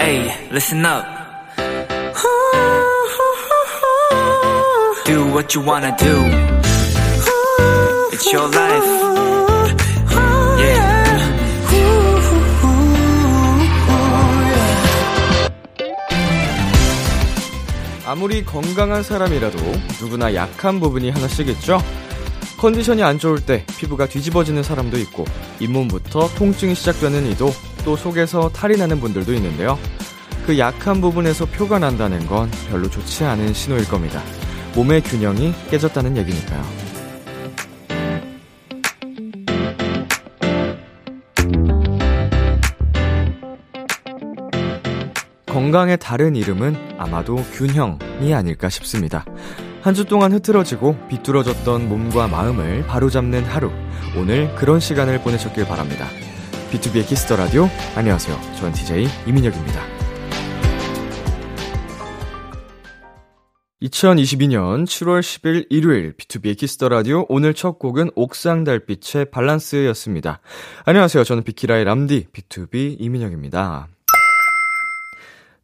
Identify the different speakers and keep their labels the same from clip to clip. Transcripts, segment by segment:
Speaker 1: Listen up. Do what you wanna do. It's your life. Yeah.
Speaker 2: 아무리 건강한 사람이라도 누구나 약한 부분이 하나씩 있죠. 컨디션이 안 좋을 때 피부가 뒤집어지는 사람도 있고 잇몸부터 통증이 시작되는 이도 또 속에서 탈이 나는 분들도 있는데요. 그 약한 부분에서 표가 난다는 건 별로 좋지 않은 신호일 겁니다. 몸의 균형이 깨졌다는 얘기니까요. 건강의 다른 이름은 아마도 균형이 아닐까 싶습니다. 한 주 동안 흐트러지고 비뚤어졌던 몸과 마음을 바로잡는 하루. 오늘 그런 시간을 보내셨길 바랍니다. B2B의 키스터 라디오. 안녕하세요. 전 DJ 이민혁입니다. 2022년 7월 10일 일요일 B2B의 키스터 라디오 오늘 첫 곡은 옥상 달빛의 밸런스였습니다. 안녕하세요. 저는 비키라의 람디 B2B 이민혁입니다.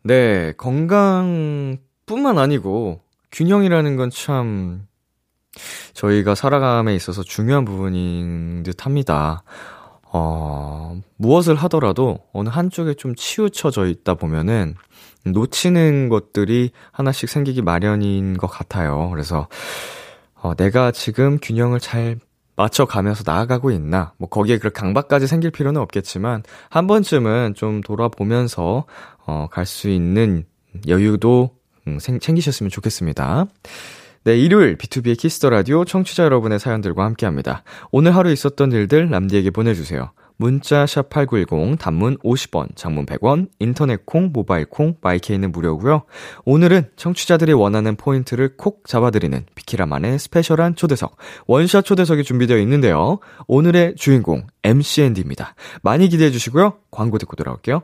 Speaker 2: 네, 건강뿐만 아니고 균형이라는 건 참 저희가 살아감에 있어서 중요한 부분인 듯 합니다. 어, 무엇을 하더라도 어느 한쪽에 좀 치우쳐져 있다 보면은 놓치는 것들이 하나씩 생기기 마련인 것 같아요. 그래서 어, 내가 지금 균형을 잘 맞춰가면서 나아가고 있나, 뭐, 거기에 그 강박까지 생길 필요는 없겠지만, 한 번쯤은 좀 돌아보면서, 어, 갈 수 있는 여유도, 음, 생- 챙기셨으면 좋겠습니다. 네, 일요일, B2B의 키스터 라디오 청취자 여러분의 사연들과 함께 합니다. 오늘 하루 있었던 일들 람디에게 보내주세요. 문자 샵8910 단문 50원, 장문 100원, 인터넷 콩, 모바일 콩, 마이케이는 무료고요. 오늘은 청취자들이 원하는 포인트를 콕 잡아드리는 비키라만의 스페셜한 초대석, 원샷 초대석이 준비되어 있는데요. 오늘의 주인공 MCND입니다. 많이 기대해 주시고요. 광고 듣고 돌아올게요.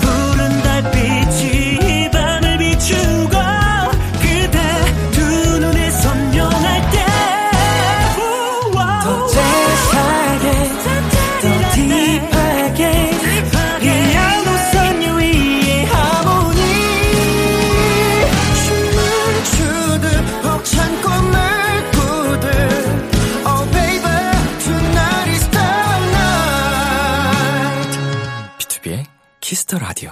Speaker 3: 푸른 달빛이 이 밤을 비추고 그대 두 눈이 선명할 때더 재밌하게 더 딥하게 이 양도선 유위의 하모니 춤을 추듯 벅찬 꿈을 꾸듯 Oh baby tonight is the night
Speaker 1: B2B의 키스터 라디오.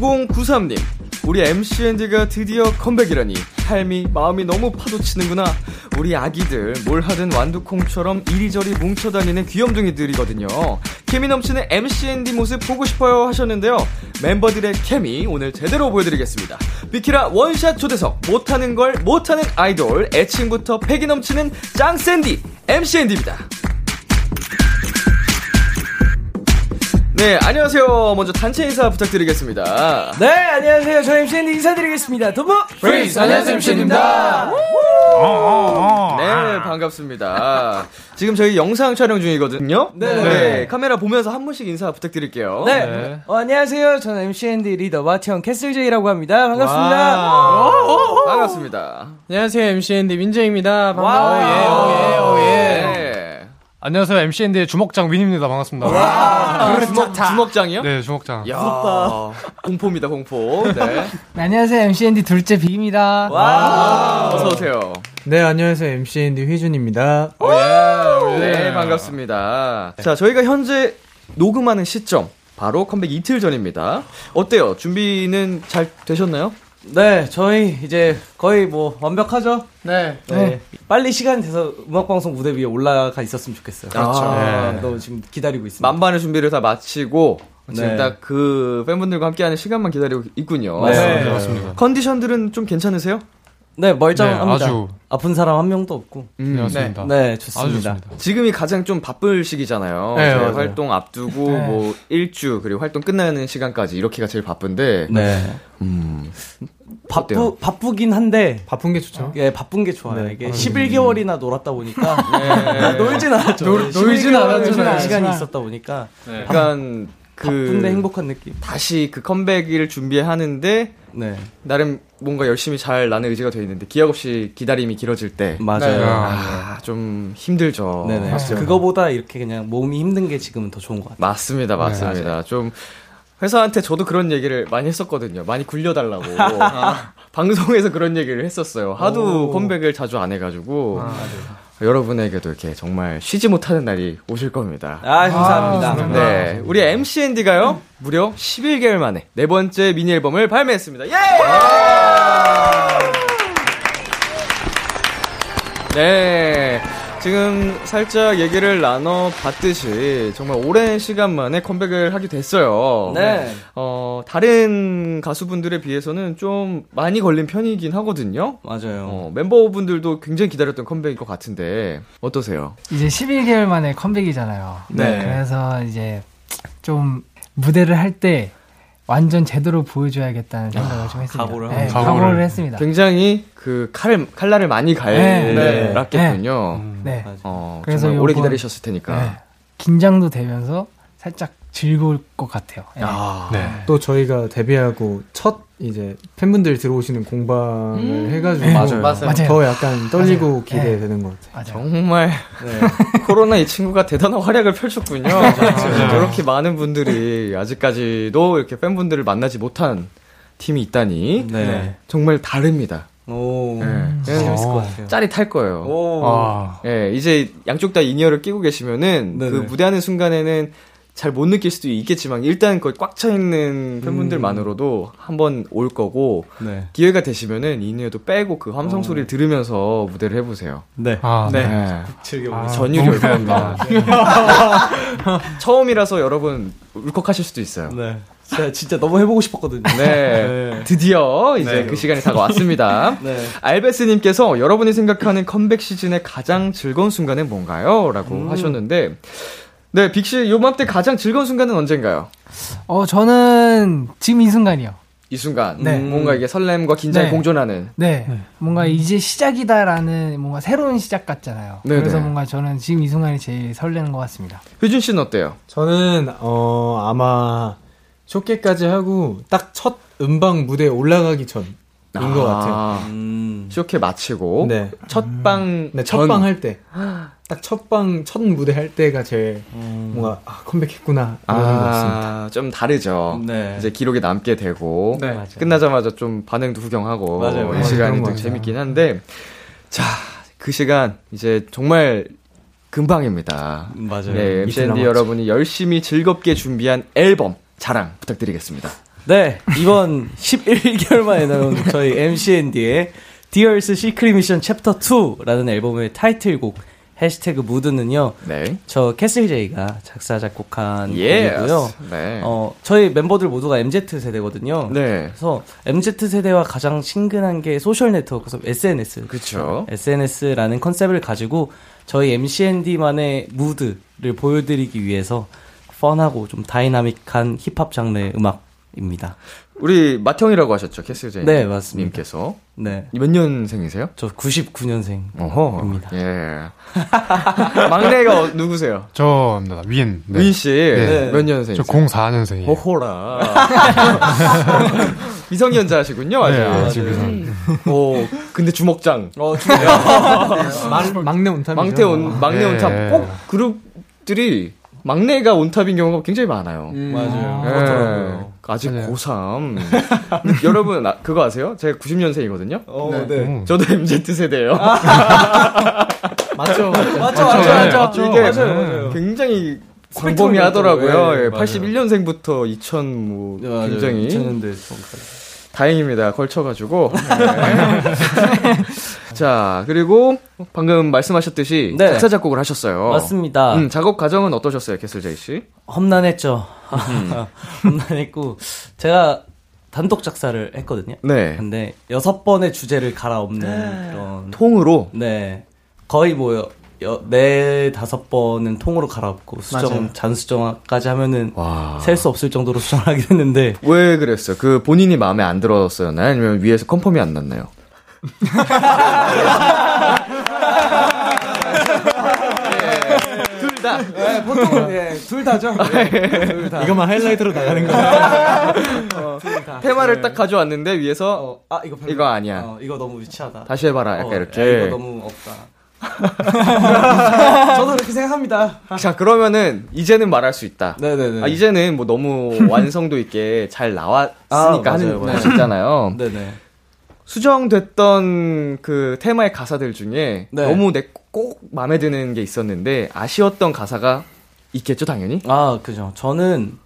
Speaker 2: 구0 9 3님 우리 MCND가 드디어 컴백이라니 삶이 마음이 너무 파도치는구나 우리 아기들 뭘 하든 완두콩처럼 이리저리 뭉쳐다니는 귀염둥이들이거든요 케미 넘치는 MCND 모습 보고 싶어요 하셨는데요 멤버들의 케미 오늘 제대로 보여드리겠습니다 비키라 원샷 초대석 못하는 걸 못하는 아이돌 애칭부터 패기 넘치는 짱샌디 MCND입니다 네 안녕하세요 먼저 단체 인사 부탁드리겠습니다
Speaker 4: 네, 안녕하세요. 저 MCN 인사드리겠습니다. 도부!
Speaker 2: 프리즈! 안녕하세요, MCN입니다. 네, 반갑습니다. 지금 저희 영상 촬영 중이거든요. 네. 카메라 보면서 한 분씩 인사 부탁드릴게요.
Speaker 4: 네. 어, 안녕하세요. 저는 MCND 리더 와티언 캐슬제이라고 합니다. 반갑습니다.
Speaker 2: 와우. 어, 반갑습니다.
Speaker 5: 안녕하세요 MCND 민재입니다.
Speaker 4: 와우.
Speaker 2: 예.
Speaker 5: 반가워요.
Speaker 2: 네.
Speaker 5: 안녕하세요 MCND의 주먹장 윈입니다. 반갑습니다.
Speaker 2: 네. 주먹, 주먹장이요?
Speaker 5: 네 주먹장.
Speaker 2: 야, 공포입니다, 공포. 네.
Speaker 4: 안녕하세요. MCND 둘째 비입니다.
Speaker 2: 어서 오세요.
Speaker 4: 네, 안녕하세요. MCND 휘준입니다.
Speaker 2: 네, 반갑습니다. 자, 저희가 현재 녹음하는 시점 바로 컴백 이틀 전입니다. 어때요? 준비는 잘 되셨나요?
Speaker 4: 네, 저희 이제 거의 뭐 완벽하죠?
Speaker 5: 네.
Speaker 4: 네. 빨리 시간 돼서 음악방송 무대 위에 올라가 있었으면 좋겠어요.
Speaker 2: 그렇죠.
Speaker 4: 아, 너무 지금 기다리고 있습니다.
Speaker 2: 만반의 준비를 다 마치고 지금
Speaker 4: 네.
Speaker 2: 딱 그 팬분들과 함께하는 시간만 기다리고 있군요.
Speaker 4: 네.
Speaker 5: 반갑습니다.
Speaker 2: 컨디션들은 좀 괜찮으세요?
Speaker 4: 네, 멀쩡합니다.
Speaker 5: 네, 아주.
Speaker 4: 아픈 사람 한 명도 없고.
Speaker 5: 반갑습니다.
Speaker 4: 네,
Speaker 5: 아주
Speaker 4: 좋습니다.
Speaker 5: 좋습니다.
Speaker 2: 지금이 가장 좀 바쁠 시기잖아요.
Speaker 5: 네,
Speaker 2: 저희
Speaker 5: 맞아요. 네.
Speaker 2: 활동 앞두고 뭐 일주 그리고 활동 끝나는 시간까지 이렇게가 제일 바쁜데 음,
Speaker 4: 네. 바쁘,
Speaker 2: 어때요?
Speaker 4: 바쁘긴 한데,
Speaker 5: 바쁜 게 좋죠.
Speaker 4: 예, 바쁜 게 좋아요. 이게 11개월이나 놀았다 보니까 네. 아, 놀진 네. 않았죠.
Speaker 5: 놀- 놀진 않았지만.
Speaker 4: 시간이 있었다 보니까
Speaker 2: 약간 그 그
Speaker 4: 네. 바쁜데 행복한 느낌.
Speaker 2: 다시 그 컴백을 준비하는데
Speaker 4: 네.
Speaker 2: 나름 뭔가 열심히 잘 나는 의지가 돼 있는데 기약 없이 기다림이 길어질 때
Speaker 4: 맞아요.
Speaker 2: 아, 좀 힘들죠.
Speaker 4: 네네. 어, 그거보다 이렇게 그냥 몸이 힘든 게 지금은 더 좋은 것 같아요. 네,
Speaker 2: 맞습니다, 맞습니다. 좀 회사한테 저도 그런 얘기를 많이 했었거든요. 많이 굴려달라고
Speaker 4: 아.
Speaker 2: 방송에서 그런 얘기를 했었어요. 하도 컴백을 자주 안 해가지고
Speaker 4: 아,
Speaker 2: 여러분에게도 이렇게 정말 쉬지 못하는 날이 오실 겁니다.
Speaker 4: 아, 감사합니다.
Speaker 2: 네, 우리 MCND가요 무려 11개월 만에 네 번째 미니 앨범을 발매했습니다. 예! 네, 지금 살짝 얘기를 나눠 봤듯이 정말 오랜 시간 만에 컴백을 하게 됐어요.
Speaker 4: 네.
Speaker 2: 어 다른 가수분들에 비해서는 좀 많이 걸린 편이긴 하거든요.
Speaker 4: 맞아요.
Speaker 2: 어, 멤버분들도 굉장히 기다렸던 컴백인 것 같은데 어떠세요?
Speaker 6: 이제 11개월 만에 컴백이잖아요.
Speaker 2: 네.
Speaker 6: 그래서 이제 좀 무대를 할 때 완전 제대로 보여줘야겠다는 생각을 좀 했습니다.
Speaker 4: 각오를
Speaker 6: 네,
Speaker 5: 하고.
Speaker 6: 각오를,
Speaker 5: 각오를.
Speaker 6: 했습니다.
Speaker 2: 굉장히 그 칼을 칼날을 많이
Speaker 6: 네.
Speaker 5: 네.
Speaker 2: 갈랐겠군요.
Speaker 5: 음.
Speaker 6: 네.
Speaker 4: 맞아요.
Speaker 2: 어,
Speaker 6: 그래서
Speaker 2: 정말 오래
Speaker 6: 요번-
Speaker 2: 기다리셨을 테니까.
Speaker 6: 네. 긴장도 되면서 살짝 즐거울 것 같아요. 네.
Speaker 2: 아,
Speaker 5: 네.
Speaker 7: 또 저희가 데뷔하고 첫 이제 팬분들 들어오시는 공방을 해가지고
Speaker 6: 네.
Speaker 7: 맞아요.
Speaker 6: 맞아요.
Speaker 7: 더 약간 떨리고
Speaker 6: 맞아요. 네.
Speaker 7: 기대되는 것 같아요.
Speaker 6: 맞아요.
Speaker 2: 정말
Speaker 4: 네.
Speaker 2: 코로나 이 친구가 대단한 활약을 펼쳤군요.
Speaker 6: 아, 네.
Speaker 2: 이렇게 많은 분들이 아직까지도 이렇게 팬분들을 만나지 못한 팀이 있다니
Speaker 4: 네.
Speaker 2: 정말 다릅니다.
Speaker 4: 오.
Speaker 6: 음.
Speaker 2: 예.
Speaker 4: 네, 재밌을 것
Speaker 5: 오.
Speaker 6: 어.
Speaker 4: 같아요.
Speaker 2: 짜릿할 거예요.
Speaker 4: 오.
Speaker 5: 어. 아,
Speaker 2: 예, 이제 양쪽 다 인이어를 끼고 계시면은
Speaker 4: 네네.
Speaker 2: 그 무대하는 순간에는 잘 못 느낄 수도 있겠지만 일단 거의 꽉 차 있는 팬분들만으로도 한번 올 거고
Speaker 4: 네.
Speaker 2: 기회가 되시면은 인이어도 빼고 그 함성
Speaker 4: 어.
Speaker 2: 소리를 들으면서 무대를 해보세요.
Speaker 4: 네.
Speaker 5: 아, 네.
Speaker 2: 예.
Speaker 5: 아,
Speaker 2: 전율이
Speaker 5: 너무
Speaker 2: 올 겁니다. 처음이라서 여러분 울컥하실 수도 있어요.
Speaker 4: 네. 제가 진짜 너무 해보고 싶었거든요.
Speaker 2: 네. 드디어 이제 그 시간이 다가왔습니다.
Speaker 4: 네.
Speaker 2: 알베스님께서 여러분이 생각하는 컴백 시즌의 가장 즐거운 순간은 뭔가요? 라고
Speaker 7: 음.
Speaker 2: 하셨는데, 네, 빅씨, 요맘때 가장 즐거운 순간은 언젠가요?
Speaker 6: 어, 저는 지금 이 순간이요.
Speaker 2: 이 순간. 음,
Speaker 6: 네.
Speaker 2: 뭔가 이게 설렘과 긴장이
Speaker 6: 네.
Speaker 2: 공존하는.
Speaker 6: 네. 뭔가 이제 시작이다라는 뭔가 새로운 시작 같잖아요.
Speaker 2: 네네.
Speaker 6: 그래서 뭔가 저는 지금 이 순간이 제일 설레는 것 같습니다.
Speaker 2: 효준 씨는 어때요?
Speaker 7: 저는 어 아마 쇼케까지 하고 딱 첫 음방 무대에 올라가기 전인 것 같아요.
Speaker 4: 음.
Speaker 2: 쇼케 마치고.
Speaker 7: 네.
Speaker 2: 첫방.
Speaker 7: 네, 첫방 할 때. 딱 첫방, 첫 무대 할 때가 제일
Speaker 4: 음.
Speaker 7: 뭔가, 아, 컴백했구나. 이런 것 같습니다.
Speaker 2: 아, 좀 다르죠.
Speaker 4: 네.
Speaker 2: 이제 기록에 남게 되고
Speaker 5: 네.
Speaker 4: 맞아요.
Speaker 2: 끝나자마자 좀 반응도 구경하고
Speaker 4: 맞아요,
Speaker 2: 이
Speaker 4: 맞아요.
Speaker 2: 시간이
Speaker 7: 그런
Speaker 2: 되게
Speaker 7: 거
Speaker 2: 재밌긴 한데 자 그 시간 이제 정말 금방입니다.
Speaker 4: 맞아요.
Speaker 2: 네,
Speaker 7: 이틀
Speaker 2: MCND
Speaker 7: 남았죠.
Speaker 2: 여러분이 열심히 즐겁게 준비한 앨범 자랑 부탁드리겠습니다.
Speaker 4: 네, 이번 11개월 만에 나온 저희 MCND의 Dears Secret Mission Chapter 2라는 앨범의 타이틀곡 해시태그 무드는요.
Speaker 2: 네.
Speaker 4: 저 캐슬 제이가 작사 작곡한
Speaker 2: 예.
Speaker 4: 곡이고요.
Speaker 2: 네.
Speaker 4: 어, 저희 멤버들 모두가 MZ 세대거든요.
Speaker 2: 네.
Speaker 4: 그래서 MZ 세대와 가장 친근한 게 소셜 네트워크, 그래서 SNS.
Speaker 2: 그쵸.
Speaker 4: SNS라는 컨셉을 가지고 저희 MCND만의 무드를 보여드리기 위해서 펀하고 좀 다이나믹한 힙합 장르의 음악입니다.
Speaker 2: 우리 마형이라고 하셨죠, 캐슬제이.
Speaker 4: 네, 맞습니다.
Speaker 2: 님께서
Speaker 4: 네.
Speaker 2: 몇 년생이세요?
Speaker 4: 저 99년생.
Speaker 2: 어허.
Speaker 4: 입니다.
Speaker 2: 예. 막내가 어- 누구세요?
Speaker 5: 저입니다. 윈. 네.
Speaker 2: 윈 씨.
Speaker 5: 네.
Speaker 2: 몇 년생이세요?
Speaker 5: 저
Speaker 4: 네.
Speaker 5: 04년생이에요. 네,
Speaker 2: 호호라. 미성년자시군요, 아직.
Speaker 5: 네, 아, 지금
Speaker 2: 오, 근데 주먹장.
Speaker 4: 어,
Speaker 7: 막, 아. 막내 온탑이죠.
Speaker 2: 막내 온, 막내
Speaker 5: 네.
Speaker 2: 온탑. 꼭 그룹들이 막내가 온탑인 경우가 굉장히 많아요.
Speaker 4: 맞아요.
Speaker 7: 음.
Speaker 2: 예. 아직 고3. 여러분, 아, 그거 아세요? 제가 90년생이거든요?
Speaker 4: 어, 네.
Speaker 7: 음.
Speaker 2: 저도 MZ세대예요.
Speaker 7: 맞죠.
Speaker 4: 아. 맞죠, 맞죠, 맞죠.
Speaker 2: 이게
Speaker 4: 맞아요, 맞아요.
Speaker 2: 굉장히 광범위하더라고요.
Speaker 4: 예,
Speaker 2: 예,
Speaker 4: 맞아요. 네,
Speaker 2: 81년생부터 2000, 뭐, 굉장히. 다행입니다. 걸쳐가지고. 네. 자, 그리고 방금 말씀하셨듯이
Speaker 4: 네.
Speaker 2: 작사, 작곡을 하셨어요.
Speaker 4: 맞습니다.
Speaker 2: 음, 작업 과정은 어떠셨어요, 캐슬제이 씨?
Speaker 4: 험난했죠.
Speaker 2: 음.
Speaker 4: 험난했고 제가 단독 작사를 했거든요.
Speaker 2: 네.
Speaker 4: 근데 여섯 번의 주제를 갈아엎는 그런
Speaker 2: 통으로.
Speaker 4: 네 거의 뭐 여, 네 다섯 번은 통으로 갈아엎고 수정 잔수정까지 하면은
Speaker 2: 와.
Speaker 4: 셀 수 없을 정도로 수정하긴 했는데
Speaker 2: 왜 그랬어요? 그 본인이 마음에 안 들었었나요? 아니면 위에서 컨펌이 안 났나요?
Speaker 4: 둘
Speaker 2: 없다.
Speaker 4: 네, 보통은 예, 둘 다죠. 예, 둘 다.
Speaker 7: 네. 이것만 하이라이트로 나가는 거야.
Speaker 2: 테마를 딱 가져왔는데 위에서
Speaker 4: 어, 아 이거 별로-
Speaker 2: 이거 아니야.
Speaker 4: 어, 이거 너무 유치하다.
Speaker 2: 다시 해봐라. 약간
Speaker 4: 어, 야,
Speaker 2: 이렇게.
Speaker 4: 이거 너무 없다. 저도 그렇게 생각합니다.
Speaker 2: 예. 자 그러면은 이제는 말할 수 있다.
Speaker 4: 네네네.
Speaker 2: 아, 이제는 뭐 너무 완성도 있게 잘 나왔으니까
Speaker 4: 아, 맞아요, 맞아요.
Speaker 2: 하는 것이 있잖아요.
Speaker 4: 네네.
Speaker 2: 수정됐던 그 테마의 가사들 중에
Speaker 4: 네.
Speaker 2: 너무 내 꼭 마음에 드는 게 있었는데 아쉬웠던 가사가 있겠죠 당연히.
Speaker 4: 아 그죠. 저는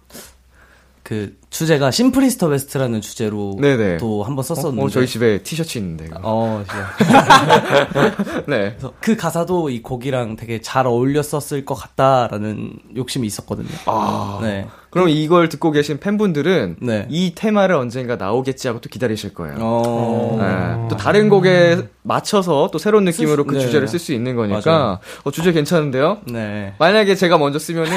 Speaker 4: 그 주제가 심플리스터 베스트라는 주제로
Speaker 2: 네네.
Speaker 4: 또 한번 썼었는데.
Speaker 2: 어, 어, 저희 집에 티셔츠 있는데. 이거.
Speaker 4: 어, 진짜.
Speaker 2: 네.
Speaker 4: 그래서 그 가사도 이 곡이랑 되게 잘 어울렸었을 것 같다라는 욕심이 있었거든요.
Speaker 2: 아.
Speaker 4: 네.
Speaker 2: 그럼 이걸 듣고 계신 팬분들은
Speaker 4: 네.
Speaker 2: 이 테마를 언젠가 나오겠지 하고 또 기다리실 거예요.
Speaker 4: 어.
Speaker 2: 네. 또 다른 곡에 맞춰서 또 새로운 느낌으로 그
Speaker 4: 네.
Speaker 2: 주제를 쓸 수 있는
Speaker 4: 맞아요.
Speaker 2: 거니까 어, 주제 괜찮은데요?
Speaker 4: 네.
Speaker 2: 만약에 제가 먼저 쓰면은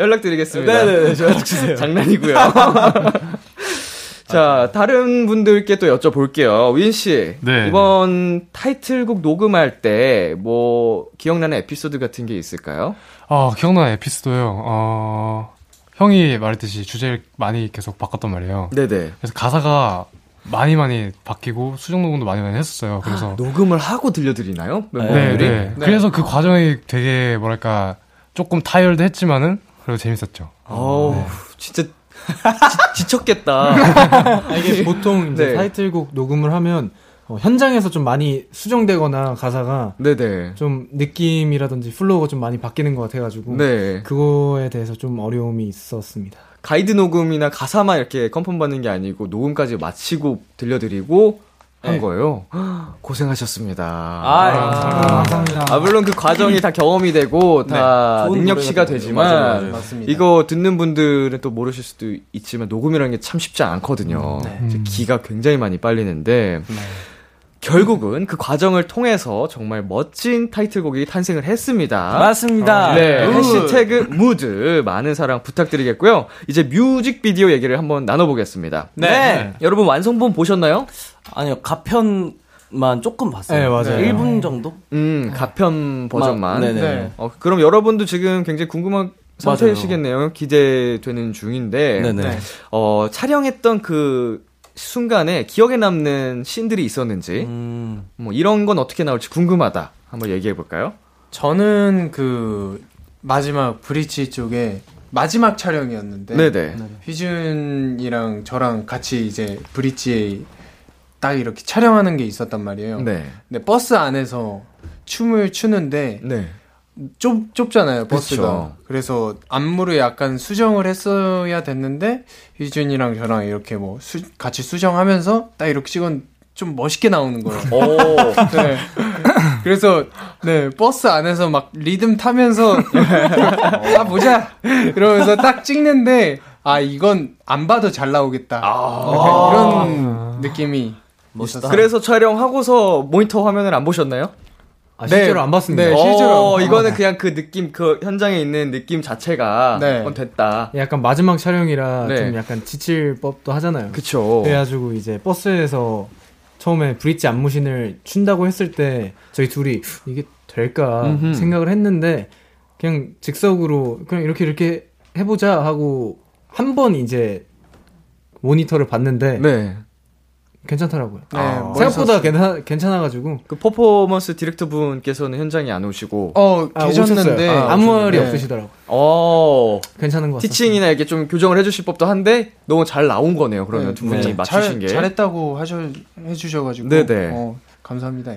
Speaker 2: 연락드리겠습니다.
Speaker 4: 네네네, 연락 주세요.
Speaker 2: 장난이고요. 자, 다른 분들께 또 여쭤볼게요. 윈 씨,
Speaker 5: 네.
Speaker 2: 이번 타이틀곡 녹음할 때 뭐 기억나는 에피소드 같은 게 있을까요?
Speaker 5: 아, 기억나는 에피소드요. 어, 형이 말했듯이 주제를 많이 계속 바꿨단 말이에요.
Speaker 2: 네네.
Speaker 5: 그래서 가사가 많이 많이 바뀌고 수정 녹음도 많이 많이 했었어요.
Speaker 4: 아.
Speaker 5: 그래서
Speaker 2: 녹음을 하고 들려드리나요?
Speaker 5: 네,
Speaker 2: 멤버분들이?
Speaker 5: 네. 그래서 그 과정이 되게 뭐랄까 조금 타이어드 했지만은 그래도 재밌었죠.
Speaker 2: 어우, 네. 진짜 지, 쳤겠다
Speaker 7: 아, 이게 보통 이제
Speaker 2: 네.
Speaker 7: 타이틀곡 녹음을 하면 어, 현장에서 좀 많이 수정되거나 가사가
Speaker 2: 네네.
Speaker 7: 좀 느낌이라든지 플로우가 좀 많이 바뀌는 것 같아가지고
Speaker 2: 네.
Speaker 7: 그거에 대해서 좀 어려움이 있었습니다.
Speaker 2: 가이드 녹음이나 가사만 이렇게 컨펌 받는 게 아니고 녹음까지 마치고 들려드리고 한 거예요.
Speaker 4: 네.
Speaker 2: 고생하셨습니다.
Speaker 4: 아,
Speaker 2: 아,
Speaker 4: 감사합니다.
Speaker 2: 물론 그 과정이 다 경험이 되고 다
Speaker 4: 네. 좋은
Speaker 2: 능력치가
Speaker 4: 노래가
Speaker 2: 되지만 네.
Speaker 4: 되죠. 맞아요, 맞아요.
Speaker 7: 맞습니다.
Speaker 2: 이거 듣는 분들은 또 모르실 수도 있지만 녹음이라는 게 참 쉽지
Speaker 4: 음,
Speaker 2: 않거든요.
Speaker 4: 네.
Speaker 2: 이제 기가 굉장히 많이 빨리는데 결국은 그 과정을 통해서 정말 멋진 타이틀곡이 탄생을 했습니다.
Speaker 4: 맞습니다.
Speaker 2: 네,
Speaker 4: 우.
Speaker 2: 해시태그 무드 많은 사랑 부탁드리겠고요. 이제 뮤직비디오 얘기를 한번 나눠보겠습니다.
Speaker 4: 네.
Speaker 2: 여러분 완성본 보셨나요?
Speaker 4: 아니요, 가편만 조금 봤어요.
Speaker 7: 네, 맞아요.
Speaker 4: 1분 정도?
Speaker 2: 음, 가편 버전만.
Speaker 4: 네네.
Speaker 7: 네.
Speaker 2: 어, 그럼 여러분도 지금 굉장히 궁금한 상태이시겠네요. 기대되는 중인데
Speaker 4: 네네.
Speaker 2: 어, 촬영했던 그 순간에 기억에 남는 씬들이 있었는지
Speaker 4: 음,
Speaker 2: 뭐 이런 건 어떻게 나올지 궁금하다. 한번 얘기해 볼까요?
Speaker 8: 저는 그 마지막 브릿지 쪽에 마지막 촬영이었는데
Speaker 2: 네네.
Speaker 8: 휘준이랑 저랑 같이 이제 브릿지에 딱 이렇게 촬영하는 게 있었단 말이에요.
Speaker 2: 네.
Speaker 8: 근데 버스 안에서 춤을 추는데
Speaker 2: 네.
Speaker 8: 좁 좁잖아요 버스가.
Speaker 2: 그쵸.
Speaker 8: 그래서 안무를 약간 수정을 했어야 됐는데 휘준이랑 저랑 이렇게 뭐 수- 같이 수정하면서 딱 이렇게 찍은 좀 멋있게 나오는 거예요.
Speaker 2: 오.
Speaker 4: 아.
Speaker 8: 네. 그래서 네 버스 안에서 막 리듬 타면서 아 보자 이러면서 딱 찍는데 아 이건 안 봐도 잘 나오겠다 약간 이런 느낌이 멋있다.
Speaker 2: 그래서 촬영하고서 모니터 화면을 안 보셨나요?
Speaker 7: 아, 실제로
Speaker 8: 네.
Speaker 7: 안 봤습니다.
Speaker 8: 네, 실제로
Speaker 2: 어,
Speaker 8: 안
Speaker 2: 이거는 그냥 그 느낌 그 현장에 있는 느낌 자체가
Speaker 8: 네.
Speaker 2: 어, 됐다.
Speaker 7: 약간 마지막 촬영이라
Speaker 2: 네.
Speaker 7: 좀 약간 지칠 법도 하잖아요.
Speaker 2: 그쵸.
Speaker 7: 그래가지고 이제 버스에서 처음에 브릿지 안무신을 춘다고 했을 때 저희 둘이 이게 될까
Speaker 2: 음흠.
Speaker 7: 생각을 했는데 그냥 즉석으로 그냥 이렇게 이렇게 해보자 하고 한 번 이제 모니터를 봤는데
Speaker 2: 네.
Speaker 7: 괜찮더라고요.
Speaker 8: 네,
Speaker 7: 생각보다
Speaker 8: 멋있었어요.
Speaker 7: 괜찮, 괜찮아가지고
Speaker 2: 그 퍼포먼스 디렉터 분께서는 현장에 안 오시고
Speaker 8: 어
Speaker 7: 아,
Speaker 8: 계셨는데
Speaker 7: 오셨어요. 아, 무 말이
Speaker 8: 네.
Speaker 7: 없으시더라고요.
Speaker 2: 어,
Speaker 7: 괜찮은 것 같아요.
Speaker 2: 티칭이나 이렇게 좀 교정을 해주실 법도 한데 너무 잘 나온 거네요. 그러면 두 분이
Speaker 4: 네.
Speaker 2: 맞추신
Speaker 8: 잘,
Speaker 2: 게.
Speaker 8: 잘했다고 하셔 해주셔가지고
Speaker 2: 네네.
Speaker 8: 어, 감사합니다.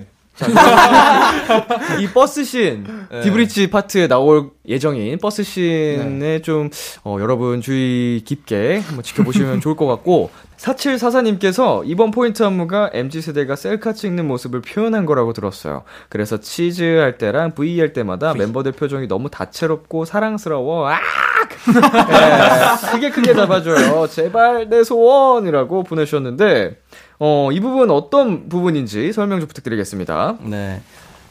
Speaker 2: 이 버스 씬 디브리지 파트에 나올 예정인 버스 씬에 좀 어, 여러분 주의 깊게 한번 지켜보시면 좋을 것 같고 4744님께서 이번 포인트 안무가 MZ세대가 셀카 찍는 모습을 표현한 거라고 들었어요. 그래서 치즈 할 때랑 V 할 때마다 멤버들 표정이 너무 다채롭고 사랑스러워. 아! 네, 크게 크게 잡아줘요. 제발 내 소원이라고 보내주셨는데 어, 이 부분 어떤 부분인지 설명 좀 부탁드리겠습니다.
Speaker 4: 네.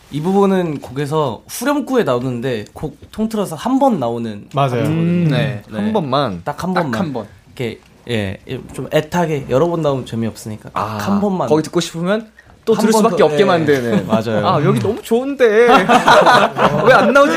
Speaker 4: 이 부분은 곡에서 후렴구에 나오는데 곡 통틀어서 한 번 나오는
Speaker 7: 맞아요. 음.
Speaker 8: 네.
Speaker 4: 네.
Speaker 2: 한 번만
Speaker 4: 딱 한 번만 예,
Speaker 8: 딱 한 번.
Speaker 4: 이렇게 예, 좀 애타게 여러 번 나오면 재미없으니까 딱 한 번만
Speaker 2: 거기 듣고 싶으면 아, 또 들을
Speaker 7: 번
Speaker 2: 수밖에
Speaker 7: 더,
Speaker 2: 없게
Speaker 7: 예.
Speaker 2: 만드는.
Speaker 4: 맞아요.
Speaker 2: 아, 여기 너무 좋은데. 왜 안 나오지?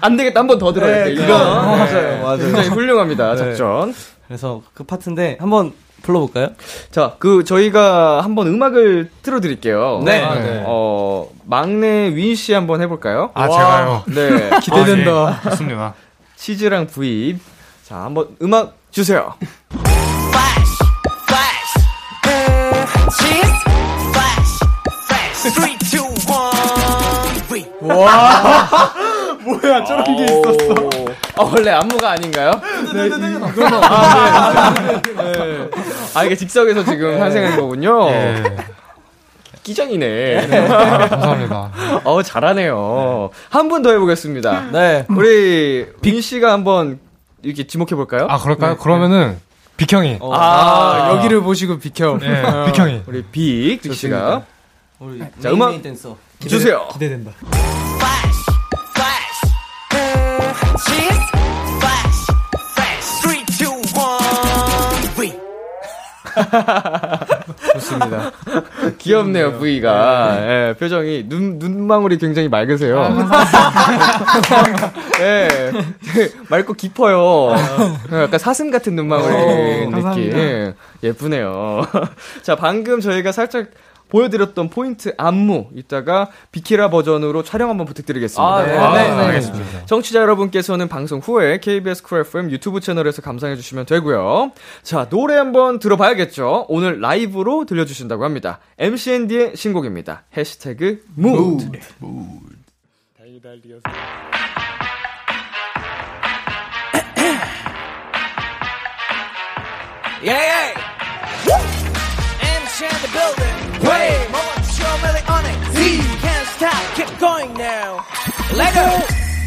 Speaker 2: 안 되겠다. 한 번 더 들어야 돼. 이거. 맞아요. 맞아요. 굉장히 훌륭합니다. 작전.
Speaker 4: 그래서 그 파트인데 한번 불러볼까요?
Speaker 2: 자, 그 저희가 한번 음악을 틀어 드릴게요.
Speaker 4: 네.
Speaker 5: 아, 네.
Speaker 2: 어, 막내 윈 씨 한번 해 볼까요?
Speaker 5: 아, 제가요.
Speaker 2: 네.
Speaker 5: 기대된다. 아, 예. 좋습니다.
Speaker 2: 치즈랑 부입. 자, 한번 음악 주세요. 와, 뭐야, 저런 게 있었어. 아, 원래 안무가 아닌가요?
Speaker 1: 네,
Speaker 2: 네, 아, 이게 즉석에서
Speaker 5: 네.
Speaker 2: 지금 탄생한 거군요.
Speaker 5: 예.
Speaker 2: 끼장이네.
Speaker 5: 감사합니다.
Speaker 2: 어 잘하네요. 한 분 더 해보겠습니다.
Speaker 4: 네.
Speaker 2: 우리 빈 씨가 한번 이렇게 지목해 볼까요?
Speaker 5: 아, 그럴까요? 그러면은, 빅형이.
Speaker 4: 어,
Speaker 2: 아,
Speaker 1: 여기를 보시고 비켜.
Speaker 5: 예, 빅형이.
Speaker 2: 우리 빅, 빅 씨가
Speaker 4: 우리
Speaker 2: 자,
Speaker 4: 메인
Speaker 2: 음악.
Speaker 4: 메인 댄서.
Speaker 2: 주세요.
Speaker 7: 기대된다.
Speaker 1: 좋습니다.
Speaker 2: 귀엽네요, 부이가. 예, 표정이 눈 눈망울이 굉장히 맑으세요. 예, 되게 맑고 깊어요. 약간 사슴 같은 눈망울 느낌.
Speaker 9: 감사합니다.
Speaker 2: 예, 예쁘네요. 자, 방금 저희가 살짝 보여드렸던 포인트 안무 이따가 비키라 버전으로 촬영 한번 부탁드리겠습니다.
Speaker 4: 아, 네.
Speaker 2: 아,
Speaker 4: 네, 네.
Speaker 5: 알겠습니다.
Speaker 2: 청취자 여러분께서는 방송 후에 KBS 쿨 FM 유튜브 채널에서 감상해 주시면 되고요. 자, 노래 한번 들어봐야겠죠. 오늘 라이브로 들려주신다고 합니다. MCND의 신곡입니다. 해시태그 mood. 네.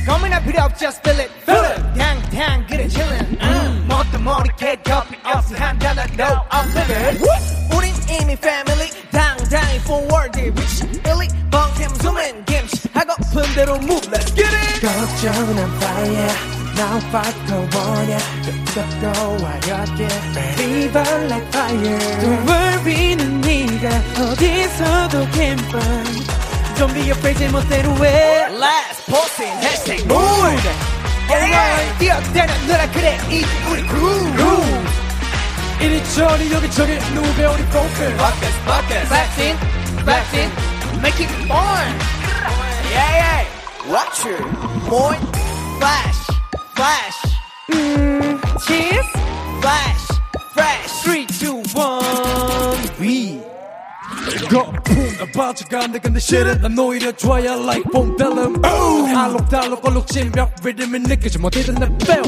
Speaker 6: 고민할 필요 없 just feel it feel it 당당 그래 chillin 음. 먹었던 머리 개 커피 없어 한 잔도 no I'm living 우린 이미 family 당당히 forward 위치 really 벙템 숨은 김치 하고픈 대로 move let's get it 걱정은 I'm fire 나 바꿔보냐 끄떡도 와였게 Fever like fire Don't worry는 네가 어디서도 can find Don't be afraid 제멋대로 해 Last posting hashtag mood 영화에 뛰어대는 너라 그래 이 우리 crew 이리저리 여기저기 누구배 우리 focus Focus focus Flexing flexing Make it on Yeah yeah Watch it Point Flash Flash 음 Cheers Flash Flash 3 2 1 We 거품가 빠져간다 근데 실은 난 오히려 좋아야 like 봄달름 알록달록 얼룩진벽 리듬이 느껴지 못해도 나 fail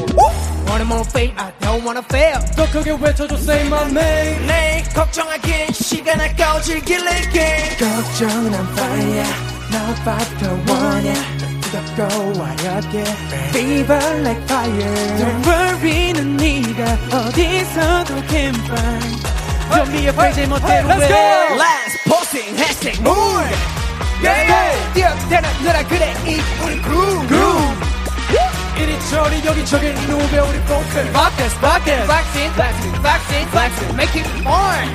Speaker 6: Wanna more fail I don't wanna fail 더 크게 외쳐줘 say my name 내 걱정하긴 시간 아까워 즐길래 게 걱정은 I'm fire 너밖에 원해 뜨겁고 와야게 Fever like fire Don't worry는 네가 어디서도 can find Don't be afraid 제멋대로 해 Last posting hashtag mood Yeah yeah 뛰어대라 너라 그래 이 우리 groove groove 이리저리 여기저기 누배 우리 focus Focus focus Flexing flexing flexing flexing Make it on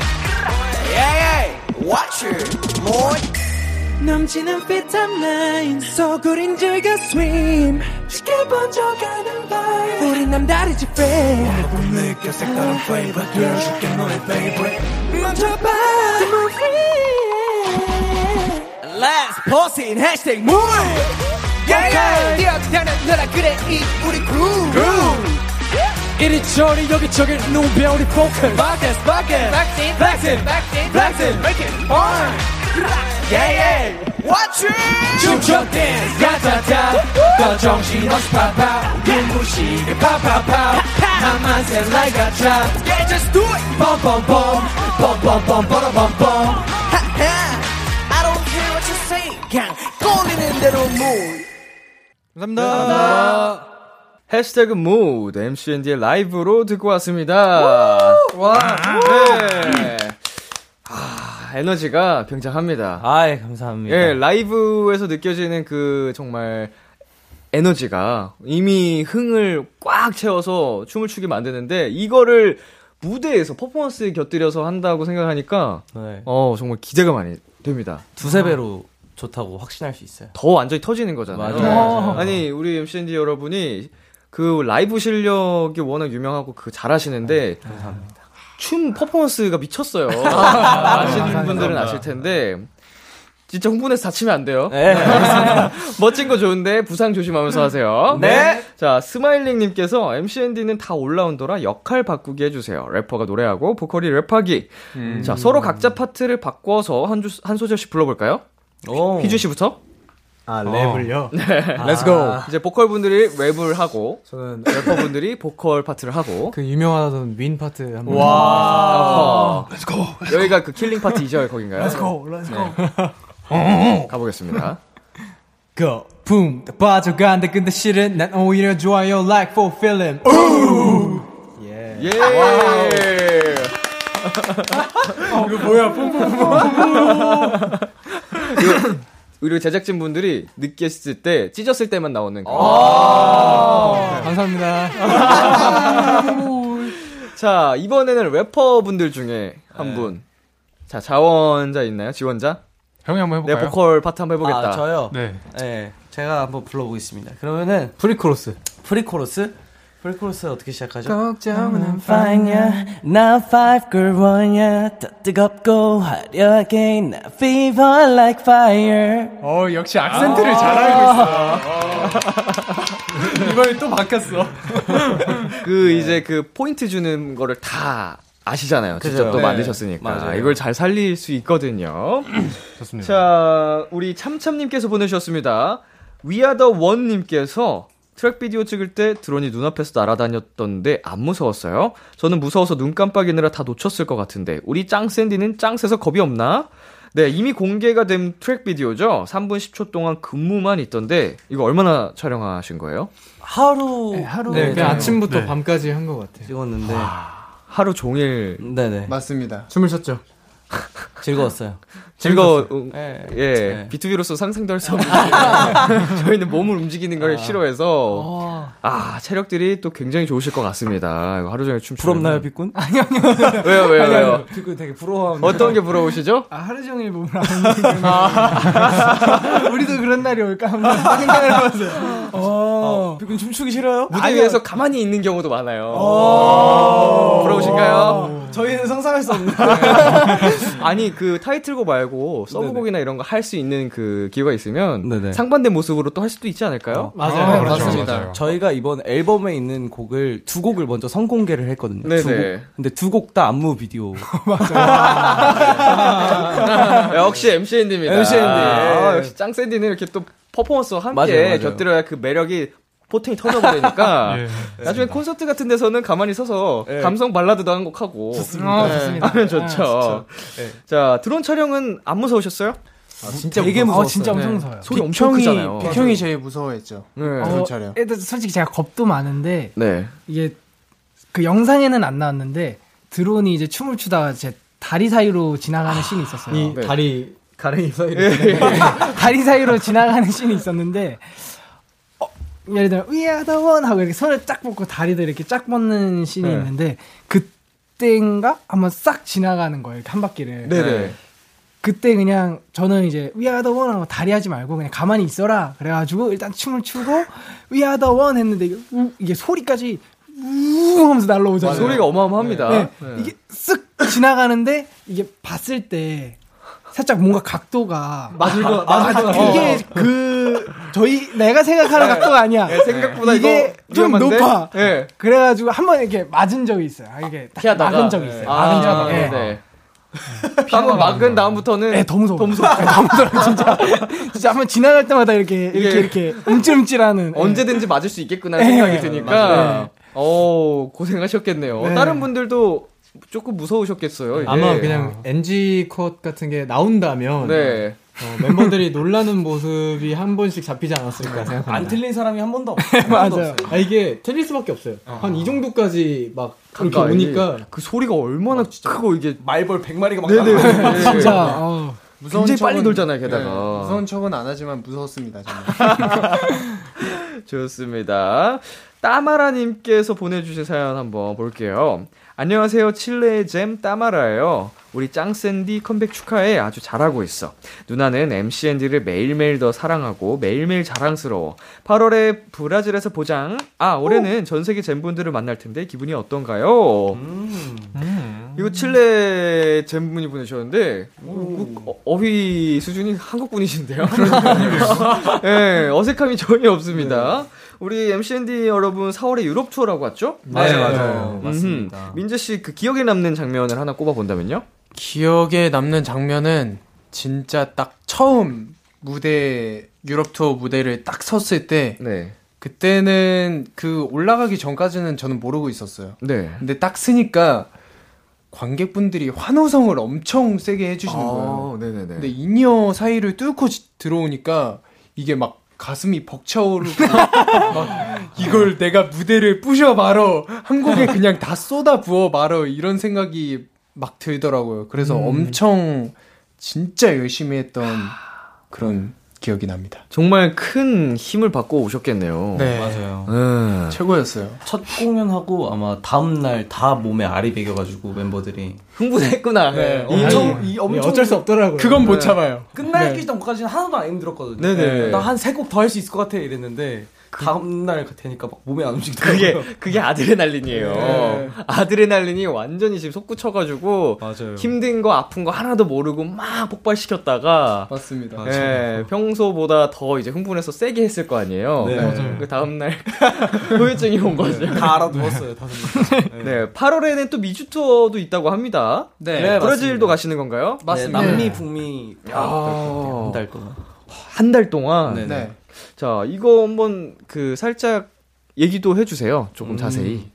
Speaker 6: Yeah yeah Watch it more 넘치는 비타민 소구린 즐겨 swim 쉽게 번져가는 vibe 우리 남다르지 babe 조금 느껴 색다른 flavor 들어줄게 너의 favorite 멈춰봐 I'm a free Last posting hashtag move Yeah yeah 뛰어다는 너라 그래 이 우리 groove 이리저리 여기저기 눈배 우리 focus Focus focus Flexing flexing flexing Make it on Yeah yeah Watch it 춤춰 댄스 야자자 더 정신없이 파파 눈부시게 파파파 나만 셀라이 가자 Yeah just do it 뻔뻔뻔 뻔뻔뻔 뻔뻔뻔 I don't care what you say 그냥 꼴리는 대로 move
Speaker 2: 해시태그 mood. MCND의 라이브로 듣고 왔습니다. 와. 네. 아, 에너지가 굉장합니다.
Speaker 4: 아예 감사합니다.
Speaker 2: 예, 라이브에서 느껴지는 그 정말 에너지가 이미 흥을 꽉 채워서 춤을 추게 만드는데 이거를 무대에서 퍼포먼스에 곁들여서 한다고 생각하니까
Speaker 4: 네.
Speaker 2: 어 정말 기대가 많이
Speaker 10: 됩니다.
Speaker 4: 두세 배로 좋다고 확신할 수 있어요.
Speaker 2: 더 완전히 터지는 거잖아요. 어.
Speaker 4: 맞아요. 맞아요.
Speaker 2: 아니 우리 MCND 여러분이 그 라이브 실력이 워낙 유명하고 그 잘하시는데
Speaker 4: 아,
Speaker 2: 춤 퍼포먼스가 미쳤어요. 아시는 분들은 아실 텐데 진짜 흥분해서 다치면 안 돼요.
Speaker 4: 네.
Speaker 2: 멋진 거 좋은데 부상 조심하면서 하세요.
Speaker 4: 네.
Speaker 2: 자 스마일링님께서 MCND는 다 올라운더라 역할 바꾸기 해주세요. 래퍼가 노래하고 보컬이 랩하기. 자 서로 각자 파트를 바꿔서 한, 주- 한 소절씩 불러볼까요?
Speaker 4: 오.
Speaker 2: 희준 씨부터.
Speaker 7: 아 랩을요?
Speaker 2: Let's go. 이제 보컬 분들이 랩을 하고
Speaker 7: 저는
Speaker 2: 래퍼 분들이 보컬 파트를 하고.
Speaker 7: 그 유명하던 윈 파트 한번
Speaker 2: 와. Let's go. 아. 여기가 그 킬링 파트 2절 거긴가요? Let's go. Let's go. 가보겠습니다.
Speaker 7: 거품 다 빠져간다 근데 실은 난 오히려 좋아요 like for film
Speaker 2: 예.
Speaker 5: 아,
Speaker 2: 이거 뭐야? 우리 그 제작진 분들이 느꼈을 때 찢었을 때만
Speaker 5: 아.
Speaker 2: 나오는. 그런
Speaker 7: 감사합니다
Speaker 2: 자 이번에는 래퍼 분들 중에
Speaker 5: 네.
Speaker 2: 한 분. 자 자원자 있나요? 지원자?
Speaker 5: 형이 한번
Speaker 2: 내
Speaker 5: 해볼까요?
Speaker 2: 네, 보컬 파트 한번 해보겠다.
Speaker 4: 아, 저요?
Speaker 5: 네.
Speaker 4: 네, 제가 한번 불러보겠습니다. 그러면은
Speaker 7: 프리코러스
Speaker 4: 프리코러스? 프리코러스 어떻게 시작하죠? 음.
Speaker 7: 걱정은
Speaker 4: 파이야 나 five girl one야 더 뜨겁고 화려하게 나 fever like fire
Speaker 8: 어 역시 악센트를 잘 알고 있어. 이번에 또 바뀌었어.
Speaker 2: 그
Speaker 4: 네.
Speaker 2: 이제 그 포인트 주는 거를 다 아시잖아요. 직접 또
Speaker 4: 네.
Speaker 2: 만드셨으니까
Speaker 4: 맞아요.
Speaker 2: 이걸 잘 살릴 수 있거든요.
Speaker 5: 좋습니다.
Speaker 2: 자, 우리 참참님께서 보내주셨습니다. 위아더 원님께서 트랙 비디오 찍을 때 드론이 눈앞에서 날아다녔던데 안 무서웠어요? 저는 무서워서 눈 깜빡이느라 다 놓쳤을 것 같은데 우리 짱샌디는 짱새서 겁이 없나? 네, 이미 공개가 된 트랙 비디오죠. 3분 10초 동안 근무만 있던데 이거 얼마나 촬영하신 거예요?
Speaker 4: 하루
Speaker 7: 네,
Speaker 4: 네,
Speaker 7: 그냥
Speaker 4: 네.
Speaker 7: 아침부터 밤까지 한 것 같아요
Speaker 4: 찍었는데
Speaker 2: 하루 종일
Speaker 4: 네네
Speaker 8: 맞습니다.
Speaker 7: 춤을 췄죠
Speaker 4: 즐거웠어요
Speaker 2: 즐거
Speaker 4: 예.
Speaker 2: 예
Speaker 4: 네.
Speaker 2: B2B로서 상상도 할 수 없는 네. 저희는 몸을 움직이는 걸 싫어해서 아 체력들이 또 굉장히 좋으실 것 같습니다. 이거 하루 종일 춤추는
Speaker 4: 부럽나요 빅군?
Speaker 2: 왜요 왜요 왜요?
Speaker 4: 빅군 그, 되게 부러워하는
Speaker 2: 어떤 게 부러우시죠?
Speaker 6: 아, 하루 종일 몸을 안 움직이는 거. 우리도 그런 날이 올까 한번 생각을 해봤어요.
Speaker 4: 빅군 춤추기 싫어요?
Speaker 2: 무대 위에서 가만히 있는 경우도 많아요. 부러우신가요?
Speaker 4: 어. 저희는 상상할 수 없는
Speaker 2: 아니 그 타이틀곡 말고 서브곡이나 이런 거 할 수 있는 그 기회가 있으면
Speaker 4: 네네.
Speaker 2: 상반된 모습으로 또 할 수도 있지 않을까요?
Speaker 7: 맞아요
Speaker 8: 맞습니다.
Speaker 5: 맞아요.
Speaker 4: 저희가 이번 앨범에 있는 곡을 두 곡을 먼저 선공개를 했거든요 두
Speaker 2: 네네.
Speaker 4: 곡. 근데 두 곡 다 안무 비디오
Speaker 2: 역시 MCND입니다.
Speaker 4: MCND.
Speaker 2: 아, 역시 짱샌디는 이렇게 또 퍼포먼스와 함께
Speaker 4: 맞아요, 맞아요.
Speaker 2: 곁들여야 그 매력이 포탱이 터져버리니까
Speaker 5: 예.
Speaker 2: 나중에 콘서트 같은 데서는 가만히 서서 감성 발라드도 한 곡 하고 네.
Speaker 6: 어, 좋습니다.
Speaker 2: 하면 좋죠. 자 드론 촬영은 안 무서우셨어요?
Speaker 4: 진짜 되게 무서웠어요
Speaker 6: 어, 진짜 엄청 서요.
Speaker 2: 소리 엄청 크잖아요.
Speaker 8: 형이 제일 무서워했죠.
Speaker 2: 네.
Speaker 8: 드론
Speaker 6: 어,
Speaker 8: 촬영.
Speaker 6: 일단 솔직히 제가 겁도 많은데
Speaker 2: 네.
Speaker 6: 이게 그 영상에는 안 나왔는데 드론이 이제 춤을 추다가 제 다리 사이로 지나가는
Speaker 2: 아,
Speaker 6: 씬이 있었어요.
Speaker 7: 이 다리 가랭이 사이로
Speaker 6: 다리 사이로 지나가는 씬이 있었는데 어, 예를 들면 위아더원 하고 이렇게 손을 쫙 뻗고 다리도 이렇게 쫙 뻗는 씬이
Speaker 2: 네.
Speaker 6: 있는데 그때인가 한번 싹 지나가는 거예요. 이렇게 한 바퀴를.
Speaker 2: 네네.
Speaker 6: 그때 그냥 저는 이제 위아더원 하고 다리 하지 말고 그냥 가만히 있어라 그래가지고 일단 춤을 추고 위아더원 했는데 이게, 우- 이게 소리까지 우 하면서 날라오잖아요.
Speaker 2: 소리가 어마어마합니다.
Speaker 6: 네. 이게 쓱 지나가는데 이게 봤을 때 살짝 뭔가 각도가
Speaker 7: 맞을 거
Speaker 6: 아,
Speaker 7: 맞을 거
Speaker 6: 이게 그 저희 내가 생각하는 각도가 아니야.
Speaker 2: 네. 생각보다
Speaker 6: 이게
Speaker 2: 이거
Speaker 6: 어, 좀
Speaker 2: 위험한데?
Speaker 6: 높아.
Speaker 2: 네.
Speaker 6: 그래가지고 한 번 이렇게 맞은 적이 있어요. 아, 이게 딱
Speaker 2: 피하다가.
Speaker 6: 막은 적이 있어요.
Speaker 2: 아,
Speaker 6: 막은 적이. 예.
Speaker 2: 네. 한번 막은 다음부터는
Speaker 6: 예, 더 무서워. 더 무서워. 더 무서워. 진짜. 진짜 한 번 지나갈 때마다 이렇게 이렇게
Speaker 2: 이게-
Speaker 6: 이렇게
Speaker 7: 네.
Speaker 6: 움찔움찔하는. 예.
Speaker 2: 언제든지 맞을 수 있겠구나 생각이
Speaker 6: 네,
Speaker 2: 드니까 어 고생하셨겠네요. 다른 분들도 조금 무서우셨겠어요. 이게.
Speaker 7: 아마 그냥 NG 컷 같은 게 나온다면
Speaker 2: 네.
Speaker 7: 어, 멤버들이 놀라는 모습이 한 번씩 잡히지 않았을까
Speaker 4: 안
Speaker 7: 생각합니다.
Speaker 4: 틀린 사람이 한 번도 없어요 한 번도
Speaker 6: 맞아요.
Speaker 4: 없어요.
Speaker 7: 아 이게 틀릴 수밖에 없어요. 한 이 정도까지 막 이렇게
Speaker 2: 아. 가까이.
Speaker 7: 오니까
Speaker 2: 그 소리가 얼마나 크고 이게
Speaker 4: 말벌 100마리가 막 나가요 네.
Speaker 6: 진짜. 어.
Speaker 8: 무서운
Speaker 2: 아. 굉장히 빨리
Speaker 8: 척은- 네,
Speaker 2: 돌잖아요, 게다가.
Speaker 8: 무서운 척은 안 하지만 무서웠습니다. 정말.
Speaker 2: 좋습니다. 따마라님께서 보내주신 사연 한번 볼게요. 안녕하세요. 칠레의 잼 따마라예요. 우리 짱샌디 컴백 축하해. 아주 잘하고 있어. 누나는 MCND를 매일매일 더 사랑하고 매일매일 자랑스러워. 8월에 브라질에서 보장. 아, 올해는 전 세계 젠분들을 만날 텐데 기분이 어떤가요? 이거 칠레 젠분이 보내주셨는데 어, 어휘 수준이 한국 분이신데요. 예, 어색함이 전혀 없습니다. 우리 MCND 여러분 4월에 유럽 투어라고 왔죠?
Speaker 11: 네.
Speaker 4: 맞아요, 맞아요.
Speaker 2: 음,
Speaker 4: 맞습니다.
Speaker 2: 민재 씨 그 기억에 남는 장면을 하나 꼽아 본다면요?
Speaker 11: 기억에 남는 장면은 진짜 딱 처음 무대 유럽 투어 무대를 딱 섰을 때
Speaker 2: 네.
Speaker 11: 그때는 그 올라가기 전까지는 저는 모르고 있었어요.
Speaker 2: 네.
Speaker 11: 근데 딱 쓰니까 관객분들이 환호성을 엄청 세게 해주시는 거예요.
Speaker 2: 아, 네네네.
Speaker 11: 근데 인이어 사이를 뚫고 지- 들어오니까 이게 막 가슴이 벅차오르고 막 이걸 내가 무대를 부셔 말어 한국에 그냥 다 쏟아 부어 말어 이런 생각이 막 들더라고요. 그래서
Speaker 2: 음.
Speaker 11: 엄청 진짜 열심히 했던 그런 기억이 납니다.
Speaker 2: 아. 정말 큰 힘을 받고 오셨겠네요.
Speaker 4: 맞아요.
Speaker 2: 음.
Speaker 11: 최고였어요.
Speaker 4: 첫 공연하고 아마 다음날 다 몸에 알이 배겨가지고 멤버들이
Speaker 2: 흥분했구나.
Speaker 11: 네.
Speaker 4: 어, 엄청 이
Speaker 7: 네, 어쩔 수 없더라고요.
Speaker 11: 그건 못 참아요.
Speaker 4: 끝날 기 전까지는 하나도 안 힘들었거든요.
Speaker 2: 네네.
Speaker 4: 나 한 세 곡 더 할 수 있을 것 같아 이랬는데 다음날 되니까 막 몸이 안 움직이더라고요. 네,
Speaker 2: 그게 그게 아드레날린이에요. 아드레날린이 완전히 지금 솟구쳐가지고
Speaker 4: 맞아요.
Speaker 2: 힘든 거 아픈 거 하나도 모르고 막 폭발시켰다가
Speaker 11: 맞습니다.
Speaker 2: 예, 평소보다 더 이제 흥분해서 세게 했을 거 아니에요.
Speaker 4: 네. 맞아요. 네.
Speaker 2: 그 다음 날 후유증이 온 거죠.
Speaker 4: 다 알아두었어요 다섯 명.
Speaker 2: 네, 8월에는 또 미주 투어도 있다고 합니다.
Speaker 4: 네, 네, 맞습니다.
Speaker 2: 브라질도
Speaker 4: 네.
Speaker 2: 가시는 건가요?
Speaker 4: 맞습니다. 남미, 북미
Speaker 2: 아.
Speaker 4: 한달 동안.
Speaker 2: 한 달 동안.
Speaker 4: 네.
Speaker 11: 네.
Speaker 2: 자, 이거 한번 그 살짝 얘기도 해주세요.
Speaker 4: 음.
Speaker 2: 조금 자세히.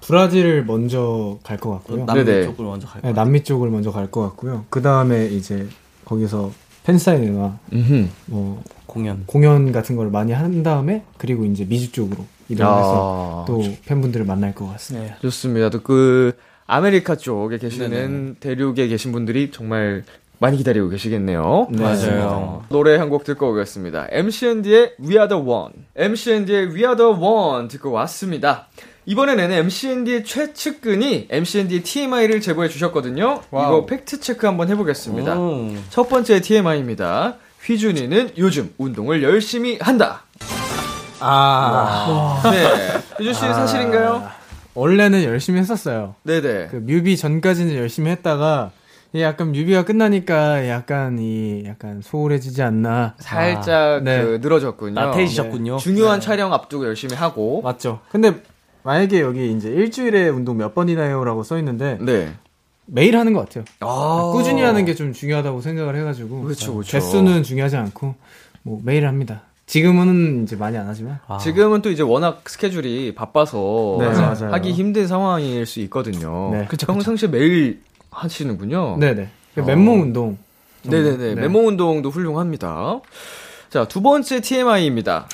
Speaker 7: 브라질을 먼저 갈 것 같고요.
Speaker 4: 남미
Speaker 2: 네네.
Speaker 4: 쪽으로 먼저 갈
Speaker 7: 네,
Speaker 4: 거예요.
Speaker 7: 남미 쪽을 먼저 갈 것 같고요. 그 다음에 이제 거기서 팬사인회나
Speaker 2: 음흠.
Speaker 7: 뭐
Speaker 4: 공연.
Speaker 7: 공연 같은 걸 많이 한 다음에 그리고 이제 미주 쪽으로 이동해서
Speaker 2: 야,
Speaker 7: 또 팬분들을 만날 것 같습니다.
Speaker 2: 좋습니다. 또 그 아메리카 쪽에 계시는
Speaker 4: 네. 네네.
Speaker 2: 대륙에 계신 분들이 정말 많이 기다리고 계시겠네요.
Speaker 4: 맞아요.
Speaker 2: 노래 한 곡 듣고 오겠습니다. MCND의 We Are The One. MCND의 We Are The One 듣고 왔습니다. 이번에는 MCND의 최측근이 MCND의 TMI를 제보해 주셨거든요. 이거 팩트 체크 한번 해보겠습니다.
Speaker 4: 네.
Speaker 2: 네.
Speaker 4: 오.
Speaker 2: 첫 번째 TMI입니다. 휘준이는 요즘 운동을 열심히 한다.
Speaker 11: 네.
Speaker 2: 아. 네. 유준
Speaker 4: 아.
Speaker 2: 씨 사실인가요?
Speaker 7: 아. 원래는 열심히 했었어요.
Speaker 2: 네네.
Speaker 7: 그 뮤비 전까지는 열심히 했다가 이게 약간 뮤비가 끝나니까 약간 이 약간 소홀해지지 않나.
Speaker 2: 살짝
Speaker 7: 네.
Speaker 2: 그 늘어졌군요.
Speaker 4: 나태해지셨군요.
Speaker 2: 중요한 촬영 앞두고 열심히 하고.
Speaker 7: 맞죠. 근데 만약에 여기 이제 일주일에 운동 몇 번이나요라고 써 있는데
Speaker 2: 네.
Speaker 7: 매일 하는 것 같아요.
Speaker 2: 아. 그렇죠,
Speaker 7: 꾸준히 하는 게 좀 중요하다고 생각을 해가지고 네.
Speaker 2: 그쵸, 그쵸.
Speaker 7: 개수는 중요하지 않고 뭐 매일 합니다. 지금은 이제 많이 안 하지만
Speaker 2: 어. 지금은 또 이제 워낙 스케줄이 바빠서
Speaker 7: 네, 맞아요.
Speaker 2: 하기 힘든 상황일 수 있거든요.
Speaker 7: 네.
Speaker 2: 그쵸, 평상시에 매일 하시는군요.
Speaker 7: 네네
Speaker 2: 어.
Speaker 7: 그 맨몸 운동
Speaker 2: 네네네.
Speaker 7: 네.
Speaker 2: 맨몸 운동도 훌륭합니다. 자, 두 번째 TMI입니다.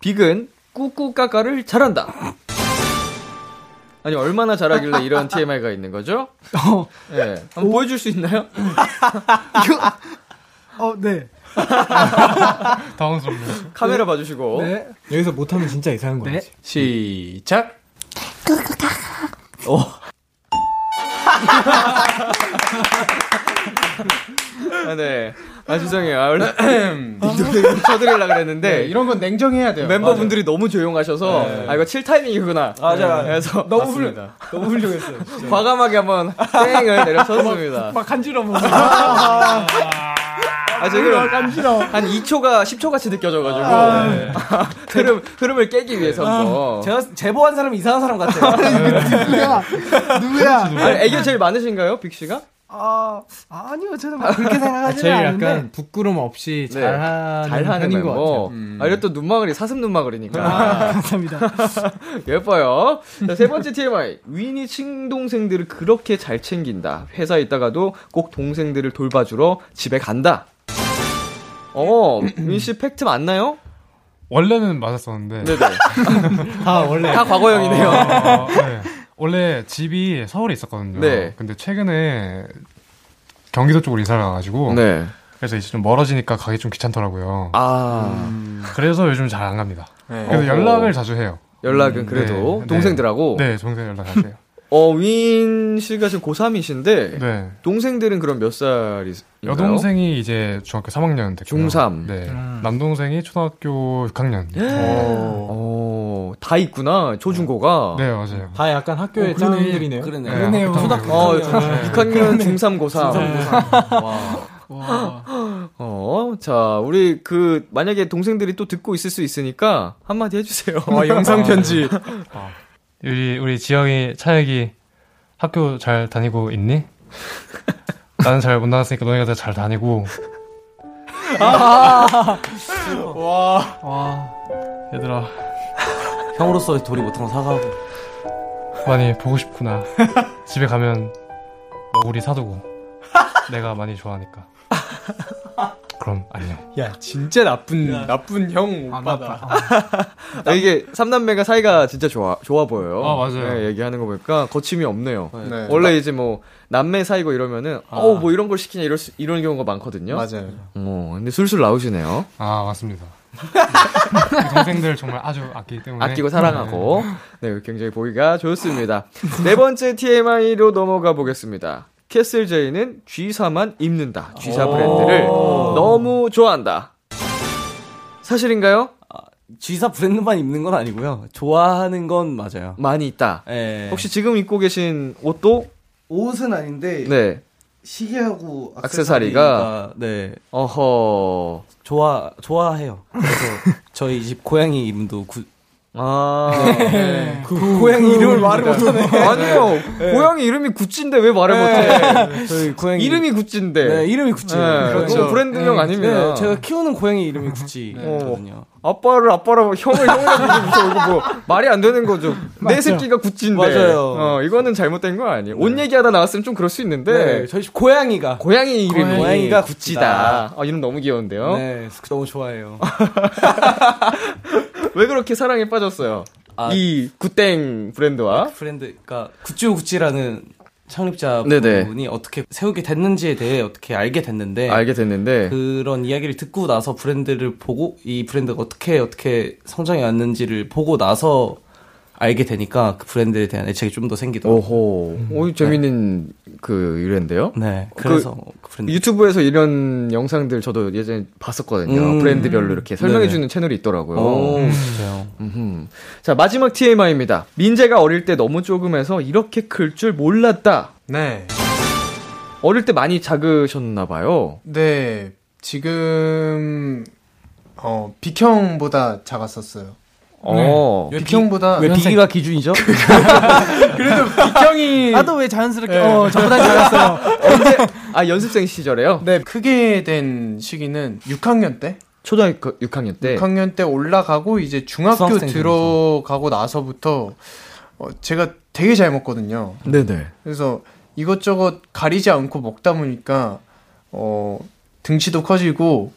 Speaker 2: 빅은 꾸꾸까까를 잘한다. 아니, 얼마나 잘하길래 이런 TMI가 있는 거죠? 예. 한번 보여줄 수 있나요?
Speaker 6: 어네
Speaker 5: 당황스럽네요.
Speaker 2: 카메라 봐주시고.
Speaker 6: 네.
Speaker 7: 어? 여기서 못하면 진짜 이상한 거지.
Speaker 6: 네.
Speaker 11: 시작.
Speaker 2: 어. 아, 네. 아, 죄송해요. 아, 원래 이노래 쳐드리려고 그랬는데.
Speaker 11: 네, 이런 건 냉정해야 돼요.
Speaker 2: 멤버분들이 너무 조용하셔서 아 이거 7 타이밍이구나. 맞아요. 그래서 너무 훌륭 너무 훌륭했어요. 과감하게 한번 땡을 내려쳤습니다.
Speaker 6: 막 간지러워.
Speaker 2: 아 지금 한 2초가 10초 같이 느껴져가지고 네. 흐름 흐름을 깨기 위해서 한번. 아,
Speaker 4: 제가 제보한 사람이 이상한 사람 같아요.
Speaker 6: 누구야? 누구야?
Speaker 2: 아니, 애교 제일 많으신가요, 빅 씨가?
Speaker 6: 아 아니요 저는 뭐 그렇게 생각하지
Speaker 7: 제일
Speaker 6: 않는데.
Speaker 7: 약간 부끄럼 없이
Speaker 2: 네.
Speaker 7: 잘하는,
Speaker 2: 잘하는
Speaker 7: 편인 것 같아요.
Speaker 2: 멤버.
Speaker 5: 음.
Speaker 2: 아, 이것도 눈망울이 사슴 눈망울이니까.
Speaker 6: 감사합니다.
Speaker 2: 예뻐요. 자, 세 번째 TMI. 윈이 친동생들을 그렇게 잘 챙긴다. 회사 있다가도 꼭 동생들을 돌봐주러 집에 간다. 어, 윈씨 팩트 맞나요?
Speaker 5: 원래는 맞았었는데
Speaker 2: 네네.
Speaker 7: 다 원래
Speaker 2: 다 과거형이네요.
Speaker 5: 어, 네. 원래 집이 서울에 있었거든요.
Speaker 2: 네.
Speaker 5: 근데 최근에 경기도 쪽으로 이사를 가가지고
Speaker 2: 네.
Speaker 5: 그래서 이제 좀 멀어지니까 가기 좀 귀찮더라고요.
Speaker 2: 아,
Speaker 5: 그래서 요즘 잘 안 갑니다.
Speaker 11: 네.
Speaker 5: 그래서
Speaker 2: 어허.
Speaker 5: 연락을 자주 해요.
Speaker 2: 연락은 그래도
Speaker 5: 네.
Speaker 2: 동생들하고.
Speaker 5: 네, 동생 연락 자주 해요.
Speaker 2: 어, 윈 씨가 지금 고3이신데,
Speaker 5: 네.
Speaker 2: 동생들은 그럼 몇 살이신가요?
Speaker 5: 여동생이 이제 중학교 3학년 됐고요.
Speaker 2: 중3.
Speaker 5: 네. 남동생이 초등학교 6학년.
Speaker 2: 어, 다 있구나, 초중고가.
Speaker 5: 네, 맞아요.
Speaker 7: 다 약간 학교의
Speaker 6: 어, 그러네.
Speaker 7: 짱들이네요.
Speaker 4: 그러네.
Speaker 5: 네,
Speaker 6: 그러네요.
Speaker 5: 학교가
Speaker 2: 어,
Speaker 5: 그래요. 네.
Speaker 2: 6학년 중3 고3.
Speaker 6: 와.
Speaker 2: 네. 어, 자, 우리 그, 만약에 동생들이 또 듣고 있을 수 있으니까, 한마디 해주세요. 아,
Speaker 5: 영상
Speaker 2: 편지.
Speaker 5: 우리 우리 지영이 차혁이 학교 잘 다니고 있니? 나는 잘 못 나왔으니까 너희가 다 잘 다니고. 와. 얘들아
Speaker 4: 형으로서 도리 못한 거 사과하고.
Speaker 5: 많이 보고 싶구나. 집에 가면 너구리 사두고 내가 많이 좋아하니까. 그럼 안녕.
Speaker 8: 야 진짜 나쁜 나쁜 형
Speaker 6: 아,
Speaker 8: 오빠다.
Speaker 6: 맞다. 아,
Speaker 2: 이게, 삼남매가 사이가 진짜 좋아, 좋아 보여요.
Speaker 5: 아, 맞아요.
Speaker 2: 네, 얘기하는 거 보니까, 거침이 없네요.
Speaker 8: 네.
Speaker 2: 원래 이제 뭐, 남매 사이고 이러면은,
Speaker 5: 아.
Speaker 2: 어우, 뭐 이런 걸 시키냐, 이럴 수, 이런 경우가 많거든요.
Speaker 8: 맞아요.
Speaker 2: 어, 근데 술술 나오시네요.
Speaker 5: 아 맞습니다. 동생들 정말 아주 아끼기
Speaker 6: 네.
Speaker 5: 때문에
Speaker 2: 아끼고 사랑하고. 네, 굉장히 보기가 좋습니다. 네 번째 TMI로 넘어가 보겠습니다. 캐슬 제이는 G사만 입는다. G사 브랜드를 너무 좋아한다. 사실인가요?
Speaker 4: G사 브랜드만 입는 건 아니고요. 좋아하는 건 맞아요.
Speaker 2: 많이
Speaker 6: 네.
Speaker 2: 있다.
Speaker 4: 예.
Speaker 2: 음. 혹시 지금 입고 계신 옷도
Speaker 4: 옷은 아닌데
Speaker 2: 네.
Speaker 4: 시계하고
Speaker 2: 액세서리가?
Speaker 4: 네
Speaker 2: 어허.
Speaker 4: 좋아 좋아해요. 그래서 저희 집 고양이 이름도 구,
Speaker 2: 아.
Speaker 6: 네. 그 고양이 이름을 말을 못하네. 네.
Speaker 2: 아니요. 고양이 이름이 구찌인데 왜 말을 못해?
Speaker 4: 저희 고양이
Speaker 2: 이름이 구찌인데.
Speaker 4: 네 그렇죠. 음. 이름이 구찌.
Speaker 2: 네, 너무 브랜드명 아닙니다.
Speaker 4: 네, 제가 키우는 고양이 이름이 구찌거든요.
Speaker 2: 아빠를 아빠라고 형을 형이라고 부르면서 이거 뭐 말이 안 되는 거죠. 내 새끼가 구찌인데.
Speaker 4: 맞아요.
Speaker 2: 어, 이거는 잘못된 거 아니에요. 옷 얘기하다 나왔으면 좀 그럴 수 있는데
Speaker 4: 네, 저희 집 고양이가
Speaker 2: 고양이 이름이
Speaker 4: 고양이가
Speaker 2: 구찌다. 아, 이름 너무 귀여운데요.
Speaker 4: 네 너무 좋아해요.
Speaker 2: 왜 그렇게 사랑에 빠졌어요?
Speaker 4: 아.
Speaker 2: 이 구땡 브랜드와
Speaker 4: 브랜드 그러니까 구찌오 구찌라는 창립자
Speaker 2: 네네.
Speaker 4: 분이 어떻게 세우게 됐는지에 대해 어떻게 알게 됐는데
Speaker 2: 알게 됐는데
Speaker 4: 그런 이야기를 듣고 나서 브랜드를 보고 이 브랜드가 어떻게 어떻게 성장해 왔는지를 보고 나서 알게 되니까 그 브랜드에 대한 애착이 좀 더 생기더라고요.
Speaker 2: 오호.
Speaker 4: 음.
Speaker 2: 오, 재밌는 그 유래인데요.
Speaker 4: 네, 그래서 그, 브랜드
Speaker 2: 유튜브에서 이런 영상들 저도 예전에 봤었거든요.
Speaker 4: 음. 네.
Speaker 2: 브랜드별로 이렇게 설명해주는 채널이 있더라고요.
Speaker 4: 오, 어, 진짜요.
Speaker 2: 음흠. 자, 마지막 TMI입니다. 민재가 어릴 때 너무 조금해서 이렇게 클 줄 몰랐다.
Speaker 8: 네.
Speaker 2: 어릴 때 많이 작으셨나봐요.
Speaker 8: 네. 지금 어 비형보다 작았었어요.
Speaker 2: 어. 그
Speaker 8: 비형보다
Speaker 4: 네. 왜 비기가 기준이죠?
Speaker 8: 그래도 비형이
Speaker 6: 나도 왜 자연스럽게 어 저보다 잘했어요.
Speaker 2: 언제, 아, 연습생 시절에요?
Speaker 8: 네 크게 된 시기는 6학년 때.
Speaker 2: 초등학교 6학년 때.
Speaker 8: 6학년 때 올라가고 이제 중학교
Speaker 4: 네. 수학생
Speaker 8: 들어가고 나서부터 어, 제가 되게 잘 먹거든요.
Speaker 2: 네네.
Speaker 8: 그래서 이것저것 가리지 않고 먹다 보니까 어 등치도 커지고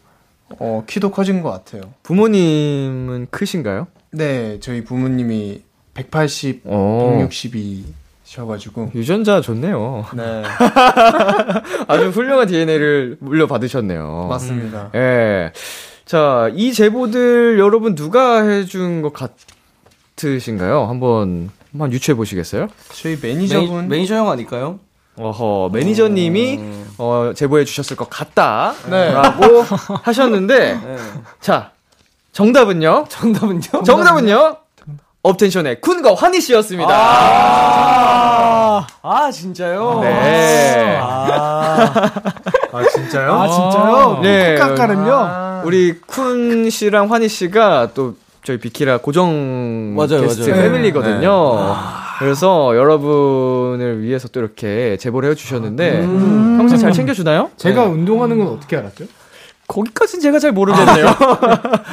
Speaker 8: 어 키도 커진 것 같아요.
Speaker 2: 부모님은 크신가요?
Speaker 8: 네, 저희 부모님이 180,
Speaker 2: 어.
Speaker 8: 160이셔가지고
Speaker 2: 유전자 좋네요.
Speaker 8: 네
Speaker 2: 아주 훌륭한 DNA를 물려받으셨네요.
Speaker 8: 맞습니다.
Speaker 2: 예. 자, 이 제보들 여러분 누가 해준 것 같으신가요? 한번, 한번 유추해 보시겠어요?
Speaker 8: 저희
Speaker 4: 매니,
Speaker 8: 매니저분
Speaker 4: 매니저 형 아닐까요?
Speaker 2: 어허, 매니저님이 어, 제보해 주셨을 것 같다.
Speaker 8: 네.
Speaker 2: 라고 하셨는데,
Speaker 4: 네.
Speaker 2: 자, 정답은요?
Speaker 4: 정답은요?
Speaker 2: 정답은요? 업텐션의 군거 환희 씨였습니다.
Speaker 4: 아 진짜요?
Speaker 2: 네.
Speaker 4: 아,
Speaker 7: 진짜요?
Speaker 6: 아 진짜요?
Speaker 2: 네.
Speaker 6: 깎아는요.
Speaker 2: 우리 쿤 씨랑 환희 씨가 또 저희 비키라 고정
Speaker 4: 맞아요,
Speaker 2: 게스트
Speaker 4: 맞아요.
Speaker 2: 패밀리거든요. 그래서 여러분을 위해서 또 이렇게 제보를 해주셨는데
Speaker 4: 음.
Speaker 2: 평소에 잘 챙겨주나요?
Speaker 4: 네.
Speaker 7: 제가 운동하는 건 어떻게 알았죠?
Speaker 2: 거기까지는 제가 잘 모르겠네요.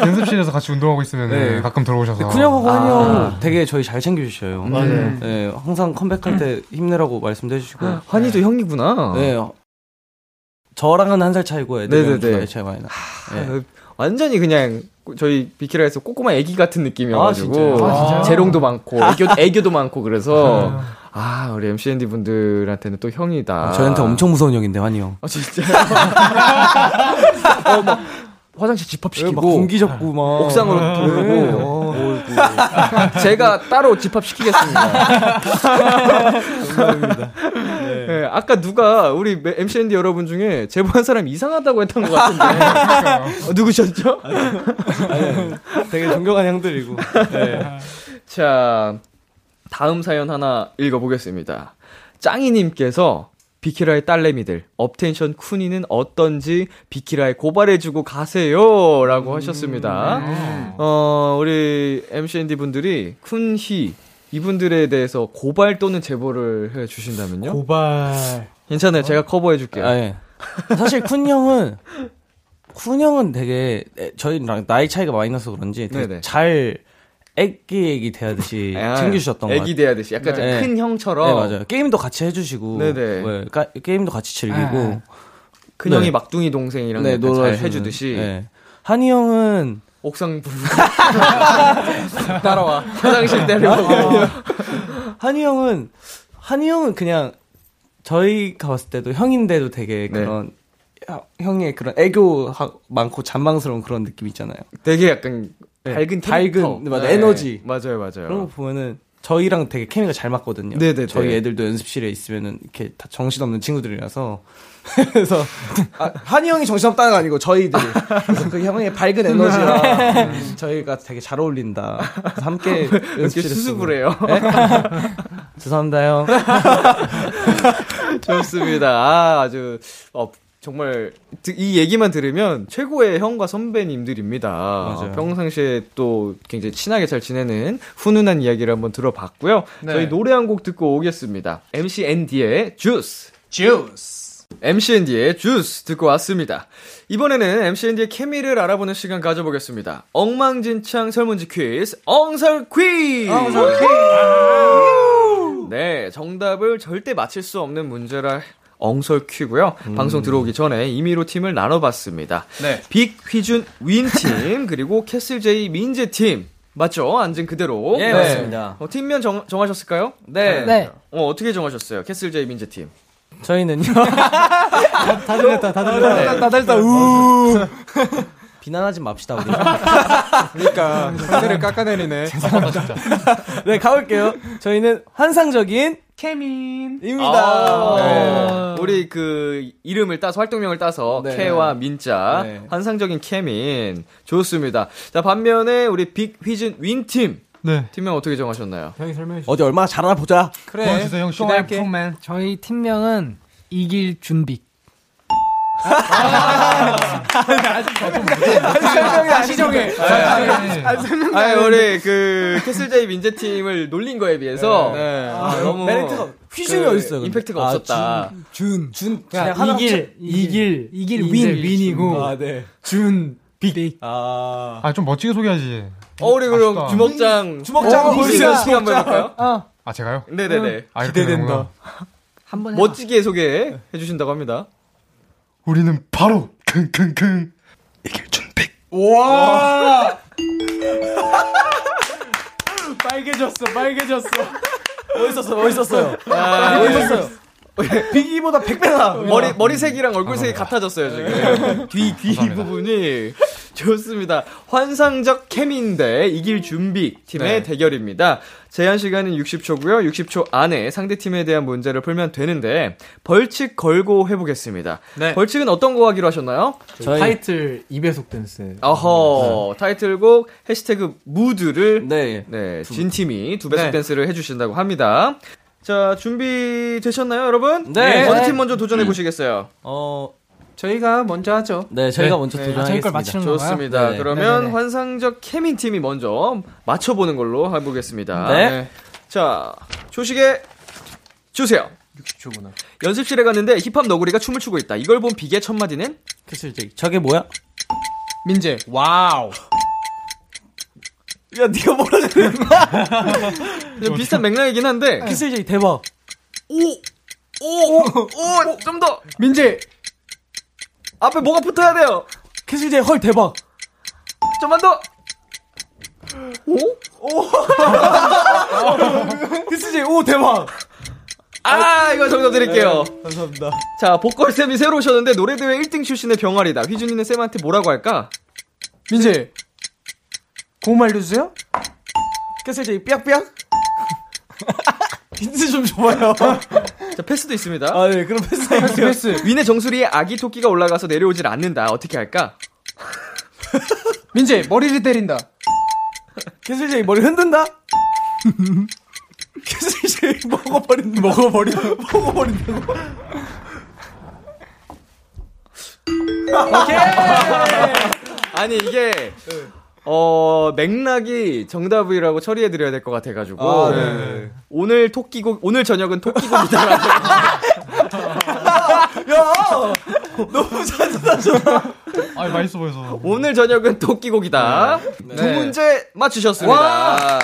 Speaker 5: 연습실에서 같이 운동하고 있으면
Speaker 4: 네.
Speaker 5: 가끔 들어오셔서
Speaker 4: 군영하고
Speaker 2: 아.
Speaker 4: 한형 되게 저희 잘 챙겨주셔요.
Speaker 2: 음.
Speaker 7: 맞아요.
Speaker 4: 네, 항상 컴백할 때 힘내라고 말씀도 해주시고.
Speaker 2: 환희도 형이구나.
Speaker 4: 네. 저랑은 한 살 차이고 애들은
Speaker 2: 네네네.
Speaker 4: 나이 차이 많이 나. 네.
Speaker 2: 아, 완전히 그냥 저희 비키라에서 꼬꼬마 애기 같은
Speaker 4: 아, 진짜요?
Speaker 2: 느낌이어가지고
Speaker 4: 아, 진짜요?
Speaker 2: 재롱도 많고 애교, 애교도 많고 그래서 아 우리 MCND 분들한테는 또 형이다.
Speaker 4: 저한테 엄청 무서운 형인데 환이 형.
Speaker 2: 아 진짜. 어, 막 화장실
Speaker 4: 막
Speaker 2: 집합시키고 네.
Speaker 4: 공기 잡고 막 네. 어,
Speaker 2: 옥상으로 부르고 제가 따로 집합시키겠습니다. 네, 아까 누가 우리 MCND 여러분 중에 제보한 사람 이상하다고 했던 것
Speaker 4: 아,
Speaker 2: 같은데 어, 누구셨죠?
Speaker 4: 되게 존경하는 형들이고. 네.
Speaker 2: 자, 다음 사연 하나 읽어보겠습니다. 짱이님께서 비키라의 딸내미들, 업텐션 쿤이는 어떤지 비키라에 고발해주고 가세요.
Speaker 4: 음,
Speaker 2: 라고
Speaker 4: 네.
Speaker 2: 하셨습니다. 어, 우리 MCND 분들이 쿤희, 이분들에 대해서 고발 또는 제보를 해주신다면요?
Speaker 7: 고발.
Speaker 2: 괜찮아요. 제가 커버해줄게요.
Speaker 4: 아, 예. 사실 쿤 형은 쿤 형은 되게 에, 저희랑 나이 차이가 많이 나서 그런지 되게
Speaker 2: 네네.
Speaker 4: 잘 애기 애기 대하듯이
Speaker 2: 아,
Speaker 4: 예. 챙겨주셨던 것
Speaker 2: 애기
Speaker 4: 같아요.
Speaker 2: 대하듯이. 약간
Speaker 4: 네.
Speaker 2: 큰 형처럼.
Speaker 4: 네 맞아요. 게임도 같이 해주시고,
Speaker 2: 네네.
Speaker 4: 예, 까- 게임도 같이 즐기고,
Speaker 2: 큰 형이
Speaker 4: 네.
Speaker 2: 막둥이 동생이랑
Speaker 4: 네
Speaker 2: 약간 잘
Speaker 4: 놀아주는,
Speaker 2: 해주듯이.
Speaker 4: 예. 한이 형은
Speaker 2: 옥상 부르고 따라와 화장실 때려
Speaker 4: 한이 형은 한이 형은 그냥 저희가 봤을 때도 형인데도 되게
Speaker 2: 네.
Speaker 4: 그런 형- 형의 그런 애교 하- 많고 잔망스러운 그런 느낌 있잖아요.
Speaker 2: 되게 약간 예,
Speaker 4: 네, 밝은,
Speaker 2: 밝은 캐릭터.
Speaker 4: 네, 맞아요. 에너지.
Speaker 2: 맞아요
Speaker 4: 그런 거
Speaker 2: 맞아요
Speaker 4: 보면은 저희랑 되게 케미가 잘 맞거든요.
Speaker 2: 네네네.
Speaker 4: 저희 애들도 연습실에 있으면은 이렇게 다 정신없는 친구들이라서 그래서 아, 한이 형이 정신없다는 거 아니고 저희들 그래서 그 형의 밝은 에너지랑 저희가 되게 잘 어울린다. 그래서 함께
Speaker 2: 이렇게
Speaker 4: 연습실에
Speaker 2: 수습을 해요
Speaker 4: 죄송합니다 형.
Speaker 2: 좋습니다 아, 아주 어, 정말 드- 이 얘기만 들으면 최고의 형과 선배님들입니다 평상시에 또 굉장히 친하게 잘 지내는 훈훈한 이야기를 한번 들어봤고요
Speaker 4: 네.
Speaker 2: 저희 노래 한 곡 듣고 오겠습니다 MCND의 주스
Speaker 12: 주스.
Speaker 2: MCND의 주스 듣고 왔습니다. 이번에는 MCND의 케미를 알아보는 시간 가져보겠습니다. 엉망진창 설문지 퀴즈, 엉설 퀴즈! 엉설 퀴즈! 네, 정답을 절대 맞힐 수 없는 문제라 엉설 퀴고요. 방송 들어오기 전에 임의로 팀을 나눠봤습니다.
Speaker 12: 네.
Speaker 2: 빅, 휘준, 윈팀, 그리고 캐슬제이, 민재팀. 맞죠? 앉은 그대로.
Speaker 4: 예, 맞습니다.
Speaker 2: 어, 팀면 정, 정하셨을까요? 네.
Speaker 6: 네.
Speaker 2: 어, 어떻게 정하셨어요? 캐슬제이, 민재팀.
Speaker 4: 저희는요.
Speaker 7: 다 들렸다, 다 들렸다.
Speaker 4: 나달다 우. 비난하지 맙시다 우리.
Speaker 12: 그러니까 상대를 깎아내리네.
Speaker 4: 네 가볼게요. 저희는 환상적인
Speaker 2: 아,
Speaker 4: 케민입니다.
Speaker 2: 네. 우리 그 이름을 따서 활동명을 따서
Speaker 4: 네.
Speaker 2: 케와 민자
Speaker 4: 네.
Speaker 2: 환상적인 케민 좋습니다. 자 반면에 우리 빅 휘진 윈팀
Speaker 5: 네.
Speaker 2: 팀명 어떻게 정하셨나요?
Speaker 7: 형이 설명해
Speaker 4: 네.
Speaker 7: 주세요.
Speaker 4: 어디 얼마나 잘하나 보자.
Speaker 12: 그래.
Speaker 5: 주세요, 어, 형.
Speaker 12: 기대할게.
Speaker 6: 저희 팀명은 이길 준비.
Speaker 12: 다시 정해.
Speaker 2: 아 우리 그 캐슬제이 민재 팀을 놀린 거에 비해서 아, 너무
Speaker 4: 메리트가 휘준이
Speaker 2: 그
Speaker 4: 어딨어요? 근데?
Speaker 2: 임팩트가
Speaker 4: 아,
Speaker 2: 없었다.
Speaker 7: 준. 준.
Speaker 4: 그냥 하나
Speaker 7: 이길, 이길.
Speaker 6: 이길
Speaker 7: 이제
Speaker 6: 윈.
Speaker 7: 윈이고.
Speaker 4: 아, 네.
Speaker 7: 준. 빅.
Speaker 4: 아.
Speaker 5: 아, 좀 멋지게 소개하지.
Speaker 2: 어 우리 그럼
Speaker 5: 아쉽다.
Speaker 2: 주먹장
Speaker 4: 주먹장은
Speaker 2: 어,
Speaker 4: 벌써
Speaker 2: 시간 한번 해볼까요?
Speaker 5: 아, 제가요?
Speaker 2: 네네네
Speaker 5: 아, 이렇게
Speaker 7: 기대된다.
Speaker 5: 되는구나.
Speaker 6: 한번
Speaker 2: 멋지게 소개해 주신다고 합니다.
Speaker 5: 우리는 바로 킁킁킁. 이길 준비.
Speaker 12: 와.
Speaker 7: 빨개졌어, 빨개졌어.
Speaker 4: 멋있었어, 멋있었어요.
Speaker 2: 아, 우리
Speaker 4: 멋있었어요. 비기보다 100배나.
Speaker 2: 머리 머리색이랑 얼굴색이 같아졌어요 지금 귀 귀
Speaker 5: 감사합니다.
Speaker 2: 부분이 좋습니다. 환상적 케미인데 이길 준비 팀의 대결입니다. 제한 시간은 60초고요. 60초 안에 상대 팀에 대한 문제를 풀면 되는데 벌칙 걸고 해보겠습니다.
Speaker 12: 네.
Speaker 2: 벌칙은 어떤 거 하기로 하셨나요?
Speaker 4: 저희-
Speaker 7: 타이틀 2배속 댄스.
Speaker 2: 어허 타이틀곡 해시태그 무드를
Speaker 4: 네.
Speaker 2: 네, 진 팀이 두 배속
Speaker 12: 네.
Speaker 2: 댄스를 해주신다고 합니다. 자 준비 되셨나요, 여러분?
Speaker 4: 네.
Speaker 2: 어느 팀 먼저 도전해 보시겠어요?
Speaker 4: 어,
Speaker 12: 저희가 먼저 하죠.
Speaker 4: 네, 저희가
Speaker 5: 네.
Speaker 4: 먼저
Speaker 6: 아, 저희
Speaker 4: 도전하겠습니다.
Speaker 6: 걸 맞추는 건가요?
Speaker 2: 음, 좋습니다.
Speaker 4: 네.
Speaker 2: 그러면
Speaker 6: 네네네.
Speaker 2: 환상적 케민 팀이 먼저 맞춰보는 걸로 해보겠습니다.
Speaker 4: 네.
Speaker 2: 자, 조식에 주세요. 60초구나. 연습실에 갔는데 힙합 너구리가 춤을 추고 있다. 이걸 본 빅의 첫 마디는
Speaker 4: 그래서 제 저게 뭐야?
Speaker 12: 민재. 와우.
Speaker 4: 야, 네가 뭐라 그래?
Speaker 2: 좀 네. 비슷한 맥락이긴 한데
Speaker 4: 키슬제이 대박.
Speaker 2: 오오오 좀 더
Speaker 12: 민재.
Speaker 2: 앞에 뭐가 붙어야 돼요.
Speaker 4: 키슬제이 헐 대박.
Speaker 2: 좀만 더.
Speaker 4: 키슬제이 오 대박.
Speaker 2: 아 이거 정답 드릴게요.
Speaker 4: 네, 감사합니다.
Speaker 2: 자 보컬 쌤이 새로 오셨는데 노래 대회 1등 출신의 병아리다. 휘준이는 쌤한테 뭐라고 할까?
Speaker 8: 민재 고음 알려주세요.
Speaker 4: 그래서 이제 삐약삐약 힌트 좀 줘봐요.
Speaker 2: 자, 패스도 있습니다.
Speaker 4: 아, 네, 그럼 패스해요.
Speaker 8: 패스 패스.
Speaker 2: 윈의 정수리에 아기 토끼가 올라가서 내려오질 않는다. 어떻게 할까?
Speaker 8: 민재 머리를 때린다.
Speaker 4: 캐슬제이 머리 흔든다? 캐슬제이 먹어버린, 먹어버린, 먹어버린다고?
Speaker 2: 아니 이게 어 맥락이 정답이라고 처리해 드려야 될 것 같아가지고 오늘 토끼고 오늘 저녁은 토끼고기다라고
Speaker 5: 아 맛있어 보여서.
Speaker 2: 오늘 저녁은 토끼고기다 두 문제 맞추셨습니다.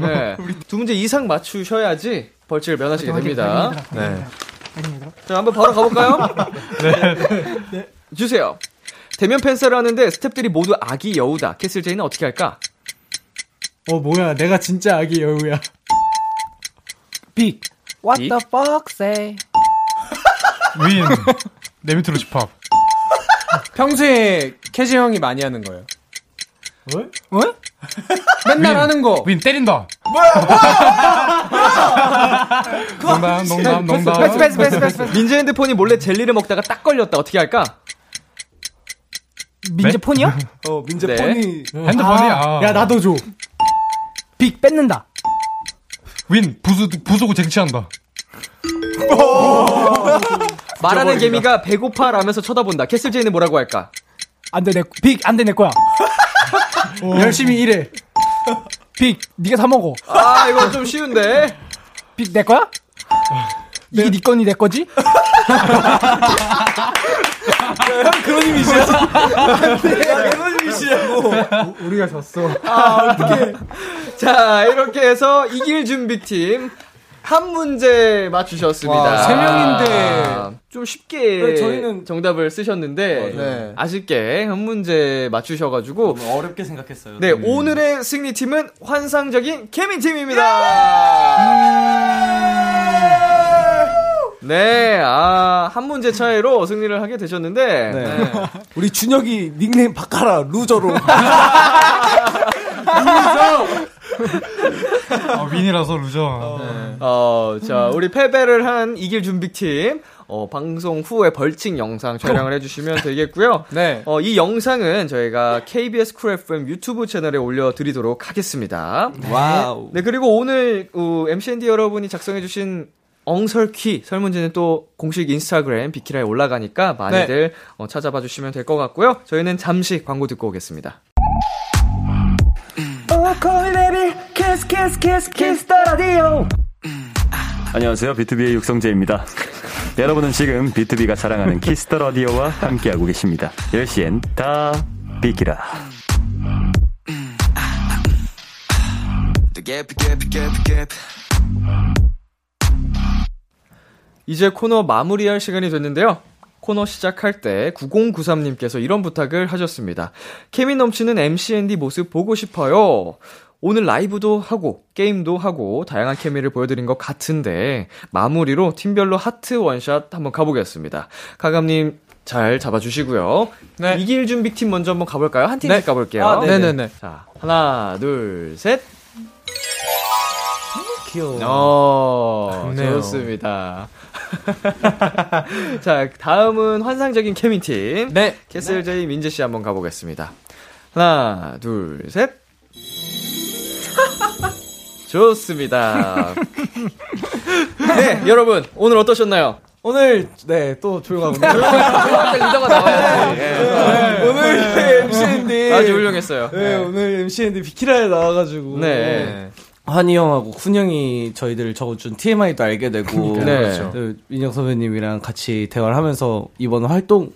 Speaker 2: 네. 두 문제 이상 맞추셔야지 벌칙을 면하시게 됩니다.
Speaker 13: 네.
Speaker 2: 자, 한번 바로 가볼까요? 네. 주세요. 대면 팬싸를 하는데 스탭들이 모두 아기 여우다. 캐슬제이는 어떻게 할까?
Speaker 7: 어 뭐야 내가 진짜 아기 여우야.
Speaker 6: 빅. What
Speaker 2: 빅?
Speaker 6: the fuck say?
Speaker 5: 윈. 내 밑으로 집합.
Speaker 8: 평소에 캐지 형이 많이 하는 거예요.
Speaker 6: 어?
Speaker 8: 맨날 하는
Speaker 2: 어.
Speaker 8: 거.
Speaker 5: 윈 때린다. 뭐야? 뭐야?
Speaker 2: 패스,
Speaker 5: 농담, 농담, 농담.
Speaker 2: 패스, 패스, 패스, 패스. 아, 민재 핸드폰이 몰래 젤리를 먹다가 딱 걸렸다. 어떻게 할까?
Speaker 6: 민재 폰이야?
Speaker 4: 어, 민재
Speaker 2: 네.
Speaker 4: 폰이.
Speaker 5: 핸드폰이야.
Speaker 7: 야 나도 줘.
Speaker 6: 빅 뺏는다.
Speaker 5: 윈 부수 부수고 쟁취한다.
Speaker 2: 말하는 개미가 배고파 라면서 쳐다본다. 캐슬제이는 뭐라고 할까?
Speaker 6: 안돼 내 빅, 안돼 내 거야.
Speaker 4: 어.
Speaker 6: 열심히 일해. 빅, 네가 사 먹어.
Speaker 2: 아, 이거 좀 쉬운데.
Speaker 6: 빅, 내 거야? 이게 네 건이 내 거지?
Speaker 4: 그런 이미지야? 야, 그런 이미지냐고.
Speaker 7: 우리가 졌어.
Speaker 2: 자, 이렇게 해서 이길 준비팀 한 문제 맞추셨습니다.
Speaker 8: 와, 세 명인데.
Speaker 2: 좀 쉽게
Speaker 4: 네, 저희는-
Speaker 2: 정답을 쓰셨는데
Speaker 8: 네.
Speaker 2: 아쉽게 한 문제 맞추셔가지고
Speaker 4: 어렵게 생각했어요.
Speaker 2: 네 오늘의 승리팀은 환상적인 케민팀입니다.
Speaker 8: 예!
Speaker 2: 네, 아, 한 문제 차이로 승리를 하게 되셨는데, 네.
Speaker 4: 우리 준혁이 닉네임 바꿔라, 루저로.
Speaker 5: 아, 윈이라서 루저.
Speaker 2: 어, 자, 우리 패배를 한 이길 준비팀, 어, 방송 후에 벌칙 영상 촬영을 해주시면 되겠고요.
Speaker 8: 네.
Speaker 2: 어, 이 영상은 저희가 KBS 쿨 FM 유튜브 채널에 올려드리도록 하겠습니다.
Speaker 4: 와우.
Speaker 2: 네, 그리고 오늘, 어, MCND 여러분이 작성해주신 엉설퀴 설문지는 또 공식 인스타그램 비키라에 올라가니까 많이들 어, 찾아봐 주시면 될 것 같고요. 저희는 잠시 광고 듣고 오겠습니다.
Speaker 14: 안녕하세요. 비투비의 육성재입니다. 여러분은 지금 비투비가 사랑하는 키스터 라디오와 함께하고 계십니다. 10시엔 다 비키라.
Speaker 2: 이제 코너 마무리할 시간이 됐는데요. 코너 시작할 때 9093님께서 이런 부탁을 하셨습니다. 케미 넘치는 MCND 모습 보고 싶어요. 오늘 라이브도 하고 게임도 하고 다양한 케미를 보여드린 것 같은데 마무리로 팀별로 하트 원샷 한번 가보겠습니다. 가감님 잘 잡아주시고요.
Speaker 8: 네.
Speaker 2: 이길 준비 팀 먼저 한번 가볼까요? 한 팀씩 가볼게요.
Speaker 8: 아, 네네네.
Speaker 2: 자 하나 둘 셋.
Speaker 4: 귀여워.
Speaker 2: 어,
Speaker 8: 좋네요.
Speaker 2: 좋습니다. 자, 다음은 환상적인 케미팀.
Speaker 8: 네.
Speaker 2: 캐슬제이 민재씨 한번 가보겠습니다. 하나, 둘, 셋. 좋습니다. 네, 여러분, 오늘 어떠셨나요?
Speaker 4: 오늘, 네, 또 조용하군요. 네.
Speaker 2: 리더가 나와야
Speaker 4: 오늘 MC인데.
Speaker 2: 아주 훌륭했어요.
Speaker 4: 네, 오늘 MC인데 비키라에 나와가지고.
Speaker 2: 네.
Speaker 4: 환희 형하고 쿤 형이 저희들 적어준 TMI도 알게 되고.
Speaker 2: 네. 그렇죠.
Speaker 4: 그 민혁 선배님이랑 같이 대화를 하면서 이번 활동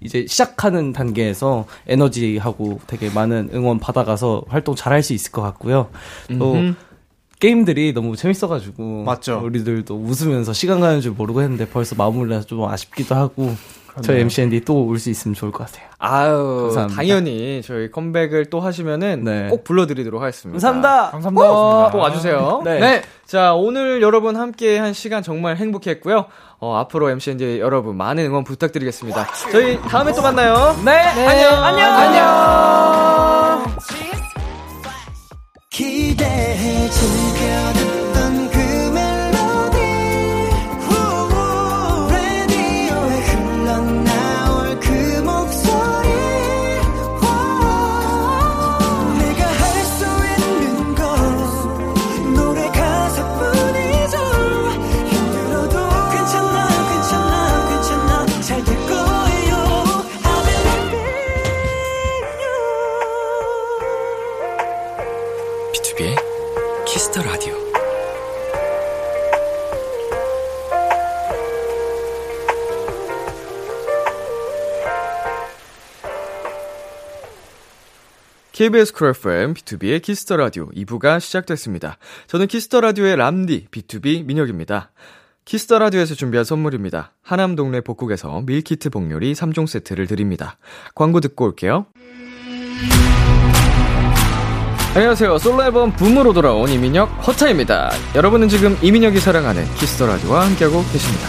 Speaker 4: 이제 시작하는 단계에서 에너지하고 되게 많은 응원 받아가서 활동 잘 할 수 있을 것 같고요. 또 게임들이 너무 재밌어가지고.
Speaker 8: 맞죠.
Speaker 4: 우리들도 웃으면서 시간 가는 줄 모르고 했는데 벌써 마무리라서 좀 아쉽기도 하고. 저희 MCND 또 올 수 있으면 좋을 것 같아요.
Speaker 2: 아유,
Speaker 4: 감사합니다.
Speaker 2: 당연히 저희 컴백을 또 하시면은
Speaker 4: 네.
Speaker 2: 꼭 불러드리도록 하겠습니다.
Speaker 4: 감사합니다.
Speaker 2: 감사합니다. 꼭 와주세요.
Speaker 4: 네.
Speaker 2: 네. 자, 오늘 여러분 함께 한 시간 정말 행복했고요. 어, 앞으로 MCNJ 여러분 많은 응원 부탁드리겠습니다. 저희 다음에 또 만나요.
Speaker 4: 네.
Speaker 2: 안녕. 안녕.
Speaker 6: 기대해 즐겨 듣던 그 멜로디 후, 라디오에 흘러나올 그 목소리 와, 내가 할 수 있는 건 노래 가사뿐이죠 힘들어도 괜찮아 괜찮아 괜찮아 잘 될 거예요 I believe in you
Speaker 1: B2B의 키스터 라디오.
Speaker 2: KBS 쿨 FM, B2B의 키스터 라디오 2부가 시작됐습니다. 저는 키스터 라디오의 람디, B2B 민혁입니다. 키스터 라디오에서 준비한 선물입니다. 하남 동네 복국에서 밀키트 복요리 3종 세트를 드립니다. 광고 듣고 올게요. 안녕하세요. 솔로 앨범 붐으로 돌아온 이민혁, 허차입니다. 여러분은 지금 이민혁이 사랑하는 키스터 라디오와 함께하고 계십니다.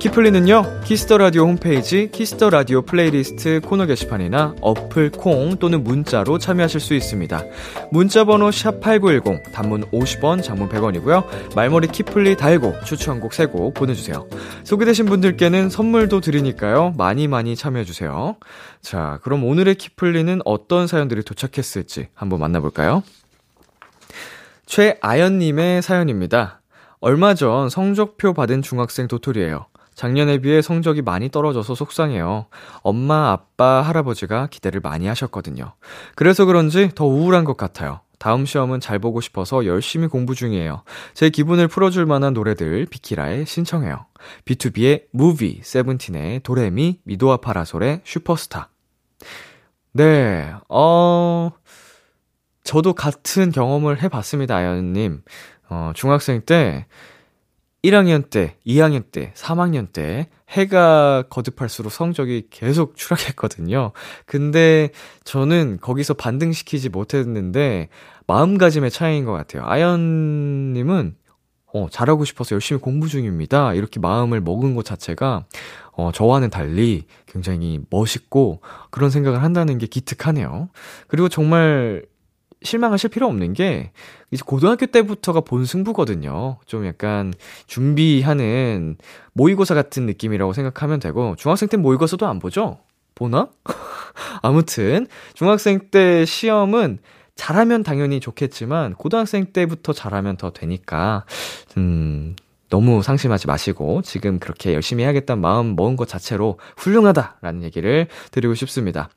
Speaker 2: 키플리는요 키스터 라디오 홈페이지 키스터 라디오 플레이리스트 코너 게시판이나 어플 콩 또는 문자로 참여하실 수 있습니다. 문자 번호 샵8910 단문 50원 장문 100원이고요. 말머리 키플리 달고 추천 곡 3곡 보내주세요. 소개되신 분들께는 선물도 드리니까요. 많이 많이 참여해주세요. 자 그럼 오늘의 키플리는 어떤 사연들이 도착했을지 한번 만나볼까요? 최아연님의 사연입니다. 얼마 전 성적표 받은 중학생 도토리예요. 작년에 비해 성적이 많이 떨어져서 속상해요. 엄마, 아빠, 할아버지가 기대를 많이 하셨거든요. 그래서 그런지 더 우울한 것 같아요. 다음 시험은 잘 보고 싶어서 열심히 공부 중이에요. 제 기분을 풀어줄 만한 노래들 비키라에 신청해요. B2B의 무비, 세븐틴의 도레미, 미도아 파라솔의 슈퍼스타. 네, 어, 저도 같은 경험을 해봤습니다, 아연님. 어, 중학생 때, 1학년 때, 2학년 때, 3학년 때, 해가 거듭할수록 성적이 계속 추락했거든요. 근데 저는 거기서 반등시키지 못했는데, 마음가짐의 차이인 것 같아요. 아연님은, 어, 잘하고 싶어서 열심히 공부 중입니다. 이렇게 마음을 먹은 것 자체가, 어, 저와는 달리 굉장히 멋있고, 그런 생각을 한다는 게 기특하네요. 그리고 정말 실망하실 필요 없는 게 이제 고등학교 때부터가 본 승부거든요. 좀 약간 준비하는 모의고사 같은 느낌이라고 생각하면 되고 중학생 때 모의고사도 안 보죠? 보나? 아무튼 중학생 때 시험은 잘하면 당연히 좋겠지만 고등학생 때부터 잘하면 더 되니까 음 너무 상심하지 마시고 지금 그렇게 열심히 해야겠다는 마음 먹은 것 자체로 훌륭하다라는 얘기를 드리고 싶습니다.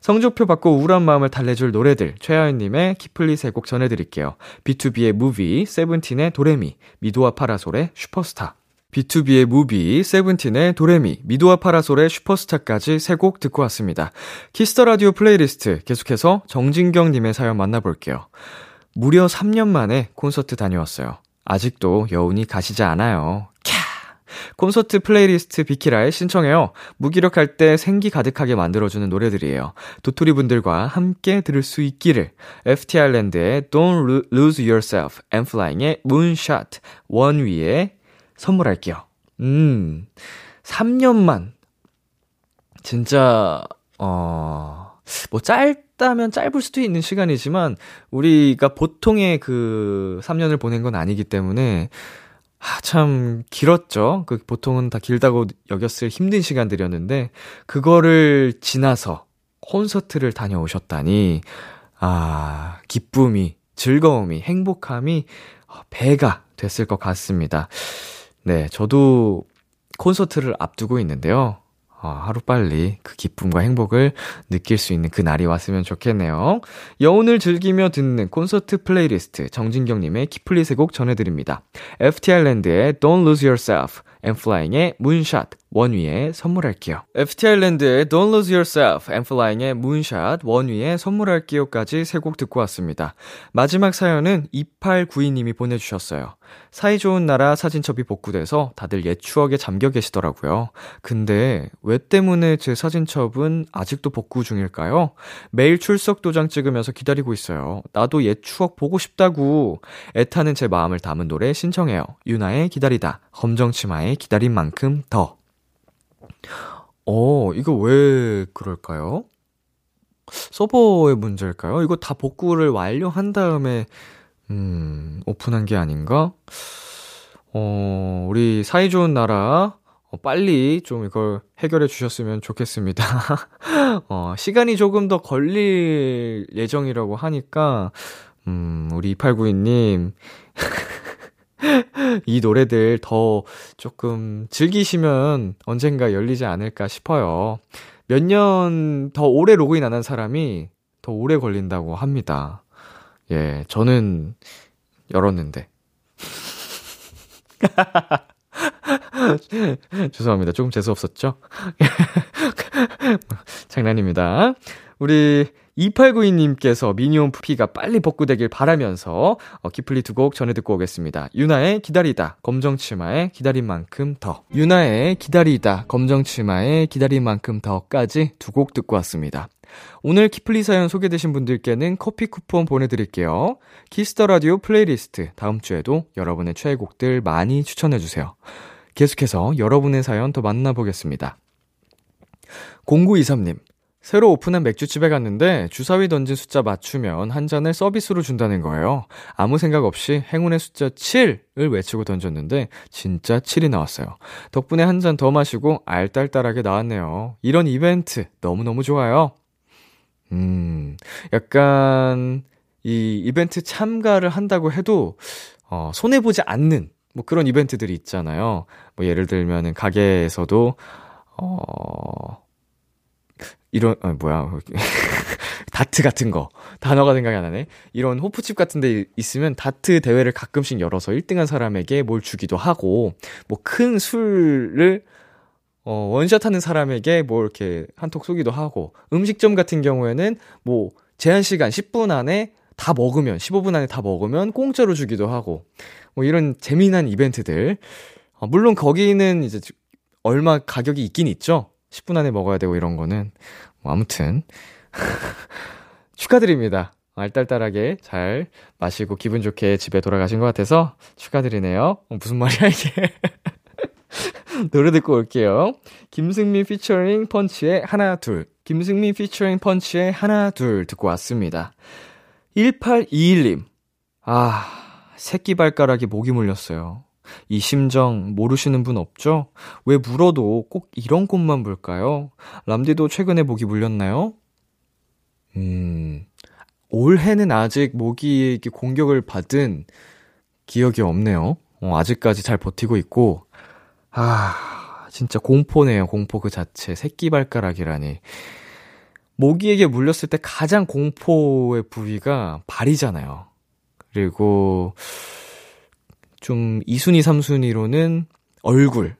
Speaker 2: 성적표 받고 우울한 마음을 달래줄 노래들 최하연님의 키플리 세 곡 전해드릴게요. B2B의 무비, 세븐틴의 도레미, 미도와 파라솔의 슈퍼스타. B2B의 무비, 세븐틴의 도레미, 미도와 파라솔의 슈퍼스타까지 세 곡 듣고 왔습니다. 키스터 라디오 플레이리스트 계속해서 정진경님의 사연 만나볼게요. 무려 3년 만에 콘서트 다녀왔어요. 아직도 여운이 가시지 않아요. 콘서트 플레이리스트 비키라에 신청해요. 무기력할 때 생기 가득하게 만들어주는 노래들이에요. 도토리 분들과 함께 들을 수 있기를. FTI랜드의 Don't Lo- Lose Yourself, Amflying의 Moonshot, 원위에 선물할게요. 음, 3년만. 진짜, 어, 뭐 짧다면 짧을 수도 있는 시간이지만, 우리가 보통의 그 3년을 보낸 건 아니기 때문에, 아, 참, 길었죠. 그, 보통은 다 길다고 여겼을 힘든 시간들이었는데, 그거를 지나서 콘서트를 다녀오셨다니, 아, 기쁨이, 즐거움이, 행복함이 배가 됐을 것 같습니다. 네, 저도 콘서트를 앞두고 있는데요. 아, 하루빨리 그 기쁨과 행복을 느낄 수 있는 그 날이 왔으면 좋겠네요. 여운을 즐기며 듣는 콘서트 플레이리스트 정진경님의 키플릿 의곡 전해드립니다. FTI랜드의 Don't Lose Yourself, 엠플라잉의 문샷, 원위에 선물할게요. FTI랜드의 Don't Lose Yourself, 엠플라잉의 문샷, 원위에 선물할게요까지 세 곡 듣고 왔습니다. 마지막 사연은 2892님이 보내주셨어요. 사이좋은 나라 사진첩이 복구돼서 다들 옛 추억에 잠겨 계시더라고요. 근데 왜 때문에 제 사진첩은 아직도 복구 중일까요? 매일 출석 도장 찍으면서 기다리고 있어요. 나도 옛 추억 보고 싶다고. 애타는 제 마음을 담은 노래 신청해요. 유나의 기다리다. 검정치마의 기다린 만큼 더. 어, 이거 왜 그럴까요? 서버의 문제일까요? 이거 다 복구를 완료한 다음에 음, 오픈한 게 아닌가? 어, 우리 사이좋은 나라, 어, 빨리 좀 이걸 해결해 주셨으면 좋겠습니다. 어, 시간이 조금 더 걸릴 예정이라고 하니까, 음, 우리 2892님, 이 노래들 더 조금 즐기시면 언젠가 열리지 않을까 싶어요. 몇 년 더 오래 로그인 안 한 사람이 더 오래 걸린다고 합니다. 예, 저는 열었는데. 죄송합니다. 조금 재수없었죠? 장난입니다. 우리 2892님께서 미니홈 피가 빨리 복구되길 바라면서 어, 기플리 두 곡 전해 듣고 오겠습니다. 유나의 기다리다, 검정치마의 기다린 만큼 더. 유나의 기다리다, 검정치마의 기다린 만큼 더까지 두 곡 듣고 왔습니다. 오늘 키플리 사연 소개되신 분들께는 커피 쿠폰 보내드릴게요. 키스터 라디오 플레이리스트 다음 주에도 여러분의 최애곡들 많이 추천해주세요. 계속해서 여러분의 사연 더 만나보겠습니다. 0923님 새로 오픈한 맥주집에 갔는데 주사위 던진 숫자 맞추면 한 잔을 서비스로 준다는 거예요. 아무 생각 없이 행운의 숫자 7을 외치고 던졌는데 진짜 7이 나왔어요. 덕분에 한 잔 더 마시고 알딸딸하게 나왔네요. 이런 이벤트 너무너무 좋아요. 음, 약간 이 이벤트 참가를 한다고 해도 어, 손해 보지 않는 뭐 그런 이벤트들이 있잖아요. 뭐 예를 들면은 가게에서도 어 이런 아, 뭐야 다트 같은 거 단어가 생각이 안 나네. 이런 호프집 같은 데 있으면 다트 대회를 가끔씩 열어서 1등한 사람에게 뭘 주기도 하고 뭐 큰 술을 어, 원샷 하는 사람에게 뭐 이렇게 한턱 쏘기도 하고, 음식점 같은 경우에는 뭐 제한 시간 10분 안에 다 먹으면, 15분 안에 다 먹으면 공짜로 주기도 하고, 뭐 이런 재미난 이벤트들. 어, 물론 거기는 이제 지- 얼마 가격이 있긴 있죠. 10분 안에 먹어야 되고 이런 거는. 뭐 아무튼. 축하드립니다. 알딸딸하게 잘 마시고 기분 좋게 집에 돌아가신 것 같아서 축하드리네요. 어, 무슨 말이야, 이게. 노래 듣고 올게요. 김승민 피처링 펀치의 하나, 둘. 김승민 피처링 펀치의 하나, 둘 듣고 왔습니다. 1821님. 아, 새끼 발가락에 목이 물렸어요. 이 심정 모르시는 분 없죠? 왜 물어도 꼭 이런 곳만 물까요? 람디도 최근에 목이 물렸나요? 음, 올해는 아직 목이 이렇게 공격을 받은 기억이 없네요. 어, 아직까지 잘 버티고 있고, 아, 진짜 공포네요, 공포 그 자체. 새끼발가락이라니. 모기에게 물렸을 때 가장 공포의 부위가 발이잖아요. 그리고 좀 2순위, 3순위로는 얼굴.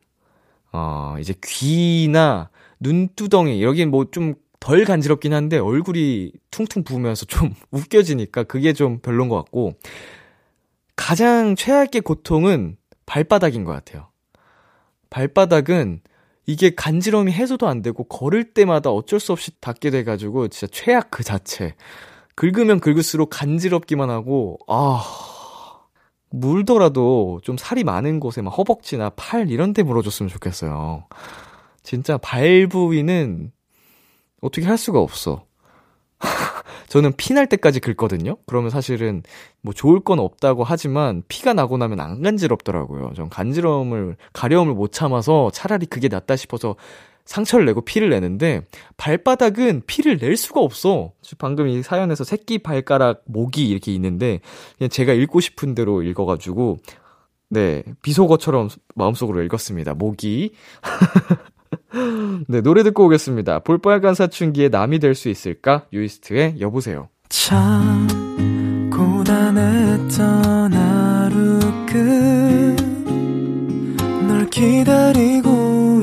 Speaker 2: 어, 이제 귀나 눈두덩이. 여긴 뭐 좀 덜 간지럽긴 한데 얼굴이 퉁퉁 부으면서 좀 웃겨지니까 그게 좀 별론 것 같고. 가장 최악의 고통은 발바닥인 것 같아요. 발바닥은 이게 간지럼이 해소도 안 되고 걸을 때마다 어쩔 수 없이 닿게 돼가지고 진짜 최악 그 자체. 긁으면 긁을수록 간지럽기만 하고 아 물더라도 좀 살이 많은 곳에 막 허벅지나 팔 이런 데 물어줬으면 좋겠어요. 진짜 발 부위는 어떻게 할 수가 없어. 저는 피 날 때까지 긁거든요. 그러면 사실은 뭐 좋을 건 없다고 하지만 피가 나고 나면 안 간지럽더라고요. 전 간지러움을 가려움을 못 참아서 차라리 그게 낫다 싶어서 상처를 내고 피를 내는데 발바닥은 피를 낼 수가 없어. 지금 방금 이 사연에서 새끼 발가락 목이 이렇게 있는데 그냥 제가 읽고 싶은 대로 읽어가지고 네 비속어처럼 마음속으로 읽었습니다. 목이 네 노래 듣고 오겠습니다. 볼빨간 사춘기에 남이 될 수 있을까 유이스트의 여보세요.
Speaker 6: 참 고단했던 하루 끝널 기다리고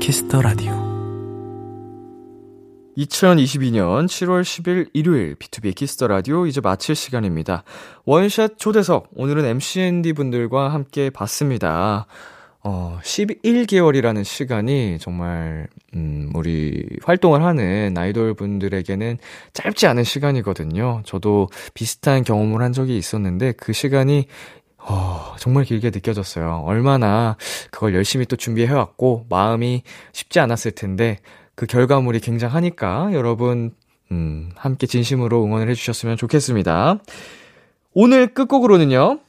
Speaker 6: 키스터 라디오
Speaker 2: 2022년 7월 10일 일요일 B2B 키스터 라디오 이제 마칠 시간입니다. 원샷 초대석 오늘은 MCND 분들과 함께 봤습니다. 어, 11개월이라는 시간이 정말 음, 우리 활동을 하는 아이돌 분들에게는 짧지 않은 시간이거든요. 저도 비슷한 경험을 한 적이 있었는데 그 시간이 어, 정말 길게 느껴졌어요. 얼마나 그걸 열심히 또 준비해왔고 마음이 쉽지 않았을 텐데 그 결과물이 굉장하니까 여러분 음, 함께 진심으로 응원을 해주셨으면 좋겠습니다. 오늘 끝곡으로는요.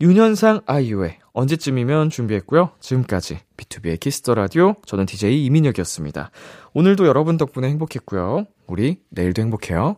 Speaker 2: 윤현상 아이유의 언제쯤이면 준비했고요. 지금까지 B2B의 키스터 라디오 저는 DJ 이민혁이었습니다. 오늘도 여러분 덕분에 행복했고요. 우리 내일도 행복해요.